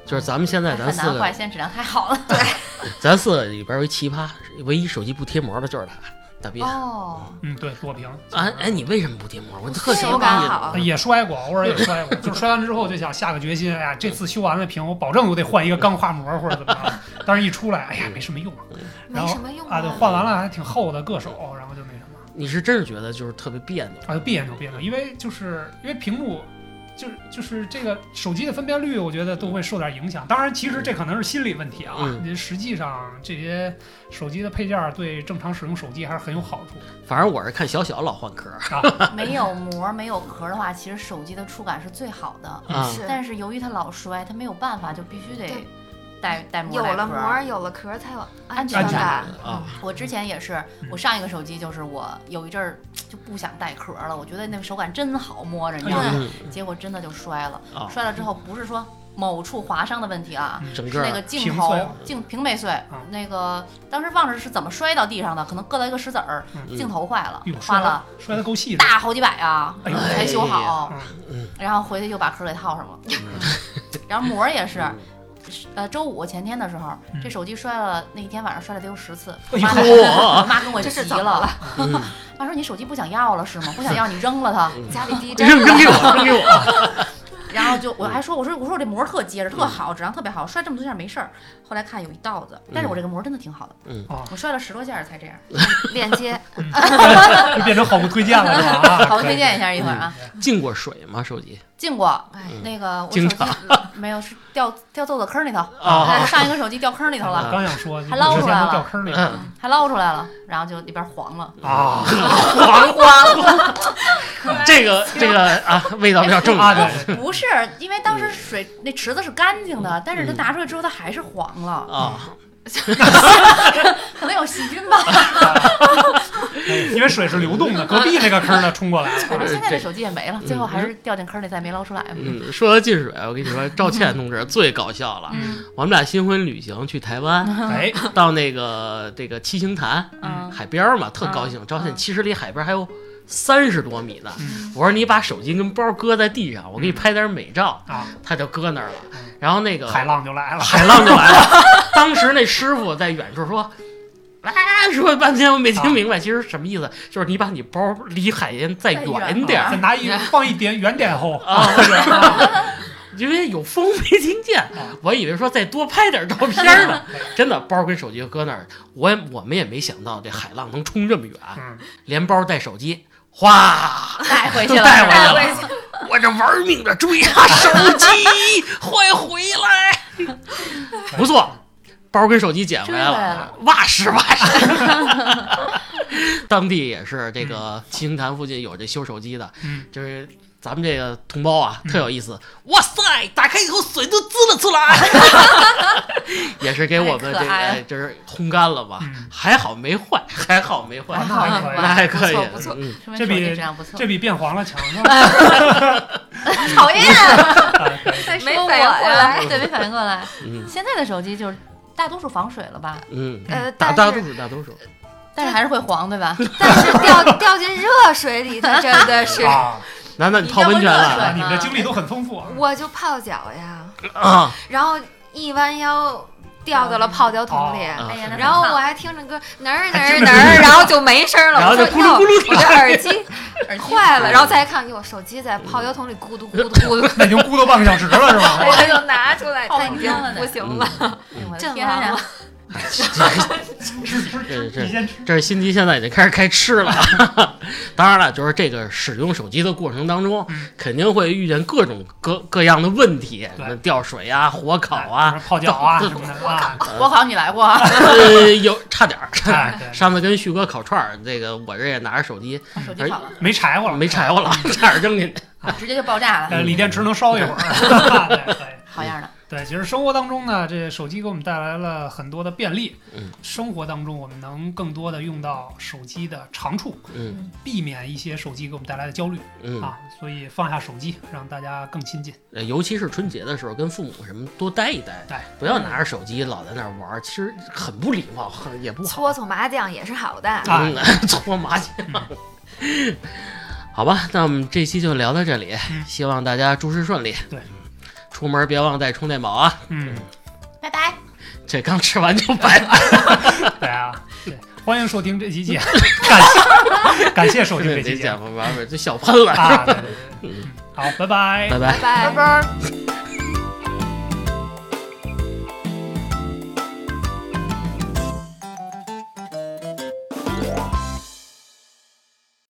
A: 就是咱们现在咱
D: 嗯很
A: 四
D: 难坏，
A: 个，
D: 现在质量太好 了。
A: 咱四个里边有一奇葩，唯一手机不贴膜的就是他，大斌。
D: 哦，
B: 嗯，对，多屏。
A: 啊，哎，你为什么不贴膜？我特想
C: 手感好
D: 啊
A: 你。
B: 也摔过，偶尔也摔过，就是摔完之后就想下个决心，哎呀，这次修完了屏，我保证我得换一个钢化膜或者怎么着。但是一出来，哎呀，没什么用
D: 嗯
B: 然后
C: 没什么用
B: 啊，对，换完了还挺厚的硌手，然后就那什么，
A: 你是真是觉得就是特别别扭。
B: 啊，就别扭别扭，因为就是因为屏幕。就是就是这个手机的分辨率，我觉得都会受点影响。当然，其实这可能是心理问题啊。
A: 嗯
B: 您实际上这些手机的配件儿对正常使用手机还是很有好处的
A: 反正我是看小小老换壳儿
D: 没有膜没有壳的话，其实手机的触感是最好的。
A: 啊，
C: 是
D: 但是由于它老摔，它没有办法，就必须得
C: 对
D: 带带膜。
C: 有了膜
D: 膜儿。
C: 儿，有了壳儿才有
D: 安
C: 安
D: 全
C: 全
B: 感
C: 感。
A: 啊，
D: 我之前也是，
B: 嗯
D: 我上一个手机就是我有一阵儿就不想带壳了，我觉得那个手感真好摸着，你知道吗？
A: 嗯
D: 结果真的就摔了，
B: 哦
A: 啊，
D: 摔了之后不是说某处划伤的问题啊，
B: 嗯
A: 整
D: 是
A: 个
D: 那个
A: 儿
D: 镜
B: 屏
D: 头
B: 碎了啊
D: 镜屏没碎，那个当时忘了是怎么摔到地上的，可能硌到一个石子儿，
A: 嗯
D: 镜头坏了
B: 哎呦，
D: 花
B: 摔
D: 了
B: 了摔得够细致。
D: 大好几百啊
B: 哎呦
D: 才修好
B: 哎呀，嗯
D: 然后回去又把壳给套上了， 然后膜儿也
A: 嗯
D: 是。呃，周五前天的时候，这
B: 嗯
D: 手机摔了，那一天晚上摔了得有十次。我
B: 哎呦
D: 妈跟
A: 嚯
D: 我妈跟我
C: 这
D: 急
C: 是怎么了？
A: 嗯
D: 妈说你手机不想要了是吗？不想要你扔了它。
C: 家里第一针
A: 扔 扔给我，扔给我。
D: 然后就我还说我说我说我这膜特结
A: 嗯
D: 实特好，质量特别好，摔这么多下没事儿。后来看有一道子，但是我这个膜真的挺好的，
A: 嗯
B: 哦
D: 我摔了十多下儿才这样。
C: 链接，
B: 就变成好物推荐了，是吧？啊
D: 好，我推荐一下一会儿啊，
A: 进过水吗？手 机
D: 进过
C: 哎，
D: 那个
A: 嗯
D: 我手
A: 经
D: 机 没有是掉掉豆子坑里头，
A: 啊
D: 我 上一个手机掉坑里头
B: 我
D: 了，
B: 啊刚想说，
D: 还捞出来
B: 之前
D: 了
B: 都掉坑里了
A: 嗯
D: 还捞出来了，然后就里边黄了，
B: 啊！
A: 黄黄了， 这个这个 啊，味道比较重
B: 啊，对对，
D: 不是因为当时水那池子是干净的，但是它拿出来之后它还是 黄了，
A: 啊，
D: 可能有细菌吧。
B: 对因为水是流动的，隔壁那个坑呢冲过来了。
D: 反 正现在这手机也没了，最后还是掉进坑里，再没捞出来。
A: 嗯，说到进水，我跟你说，赵倩同志最搞笑了。
D: 嗯
A: 我们俩新婚旅行去台湾，
B: 哎，
A: 到那个这个七星潭
D: 嗯，
A: 海边儿嘛，特高兴。赵倩其实离海边还有三十多米呢。我说你把手机跟包搁在地上，我给你拍点美照。
B: 啊，
A: 他就搁那儿了，然后那个
B: 海浪就来了。
A: 海浪就来了。 当时那师傅在远处说：“啊，说了半天我没听明白，其实什么意思？就是你把你包离海边再远点儿
B: 再 拿一放一点远点后，
A: 啊，
B: 或者
A: 因为有风没听见
B: 啊，
A: 我以为说再多拍 点照片
B: 哎
A: 呢。真的，包跟手机就搁那儿，我也我们也没想到这海浪能冲这么远，
B: 嗯
A: 连包带手机。”哗！
D: 带回去
A: 都
D: 了，
A: 带回
D: 带
A: 来
D: 回
A: 了，我这玩命的追 啊，手机快回来！不错，包跟手机捡回来
D: 追回来
A: 了
D: 了，
A: 哇实哇实。当地也是这个七星潭附近有这修手机的，
B: 嗯
A: 就是咱们这个同胞啊，特有意思。哇塞，打开以后水都滋了出来， 也是给我们这
D: 太
A: 个
D: 可爱了
A: 哎就是烘干了吧
B: 嗯？
A: 还好没坏，还好没
B: 啊
A: 坏，
B: 那还可以
A: 那还可以，
C: 不错不错
A: 嗯
B: 这
D: 说明手
B: 比
D: 机质量不错。
B: 这比变黄了强是吧？啊
D: 讨厌，啊 再
C: 没哎
D: 说
C: 反应
D: 我
C: 过
D: 呀
C: 来
D: 对，没反应过来。
A: 嗯
D: 现在的手机就是大多数防水了吧，
A: 嗯。
C: 呃，
A: 大
C: 但
A: 大多
C: 是
A: 数，大多数，
D: 但是还是会黄，对吧？
C: 但是掉掉进热水里，它真的是，
B: 啊，
A: 楠楠，你
D: 你
A: 泡温泉
D: 要不热
A: 了
D: 水
B: 你们的经历都很 丰富啊。
C: 我就泡脚呀，
A: 啊？
C: 然后一弯腰掉到了泡脚桶里。
A: 啊
D: 哎呀，那
C: 然后
D: 怎
C: 我
D: 么
C: 还听着歌，哪儿哪儿哪儿，然后就没声了。
A: 然后
C: 我
A: 就
C: 说
A: 咕噜咕噜
C: 哟，我这耳机
D: 办耳机
C: 坏了，然后再一看，哟，手机在泡脚桶里咕嘟咕嘟 咕嘟，哎
B: 那已经咕嘟半个小时了是吧？
C: 我就拿出来，它已经不行
A: 嗯
C: 了。
D: 哎呦我的
C: 震
D: 天
C: 完
D: 呀
C: 了！
B: 吃吃
A: 这
B: 吃，
A: 这
B: 你先吃。
A: 这是辛迪现在已经开始开吃了。 当然了，就是这个使用手机的过程当中
B: 嗯，
A: 肯定会遇见各种各各样的问题，
B: 对
A: 什么掉水啊、火烤啊，
B: 泡脚啊
A: 这
B: 什么的啊，
D: 我好，你来过 啊？
A: 呃， 有差点儿，差点
B: 哎
A: 儿。
B: 对，
A: 上次跟旭哥烤串儿，这个我这也拿着手机
D: 手机跑了，
B: 没柴火了，
A: 没柴火了， 差点扔进去。
D: 直接就爆炸了，
B: 呃，锂电池能烧一 会儿。 对对
D: 好样的！
B: 对，其实生活当中呢，这手机给我们带来了很多的便利。
A: 嗯，
B: 生活当中我们能更多的用到手机的长处，
A: 嗯
B: 避免一些手机给我们带来的焦虑、
A: 嗯，
B: 啊。所以放下手机，让大家更亲近。
A: 呃尤其是春节的时候，跟父母什么多待一待
B: 对，
A: 不要拿着手机老在那儿玩儿，其实很不礼貌，很也不好。
C: 搓搓麻将也是好的。
B: 啊
A: 嗯， 搓麻将。好吧，那我们这期就聊到这里，
B: 嗯
A: 希望大家诸事顺利。嗯
B: 对，
A: 出门别忘带充电宝啊！
B: 嗯，
D: 拜拜。
A: 这刚吃完就白了。
B: 对啊，对，欢迎收听这期节目，感谢 感谢收听这
A: 这
B: 期节
A: 节
B: 目啊
A: 目完了就小喷了，
B: 啊。对对对，嗯，好，拜拜
A: 拜拜
C: 拜。拜
D: 拜。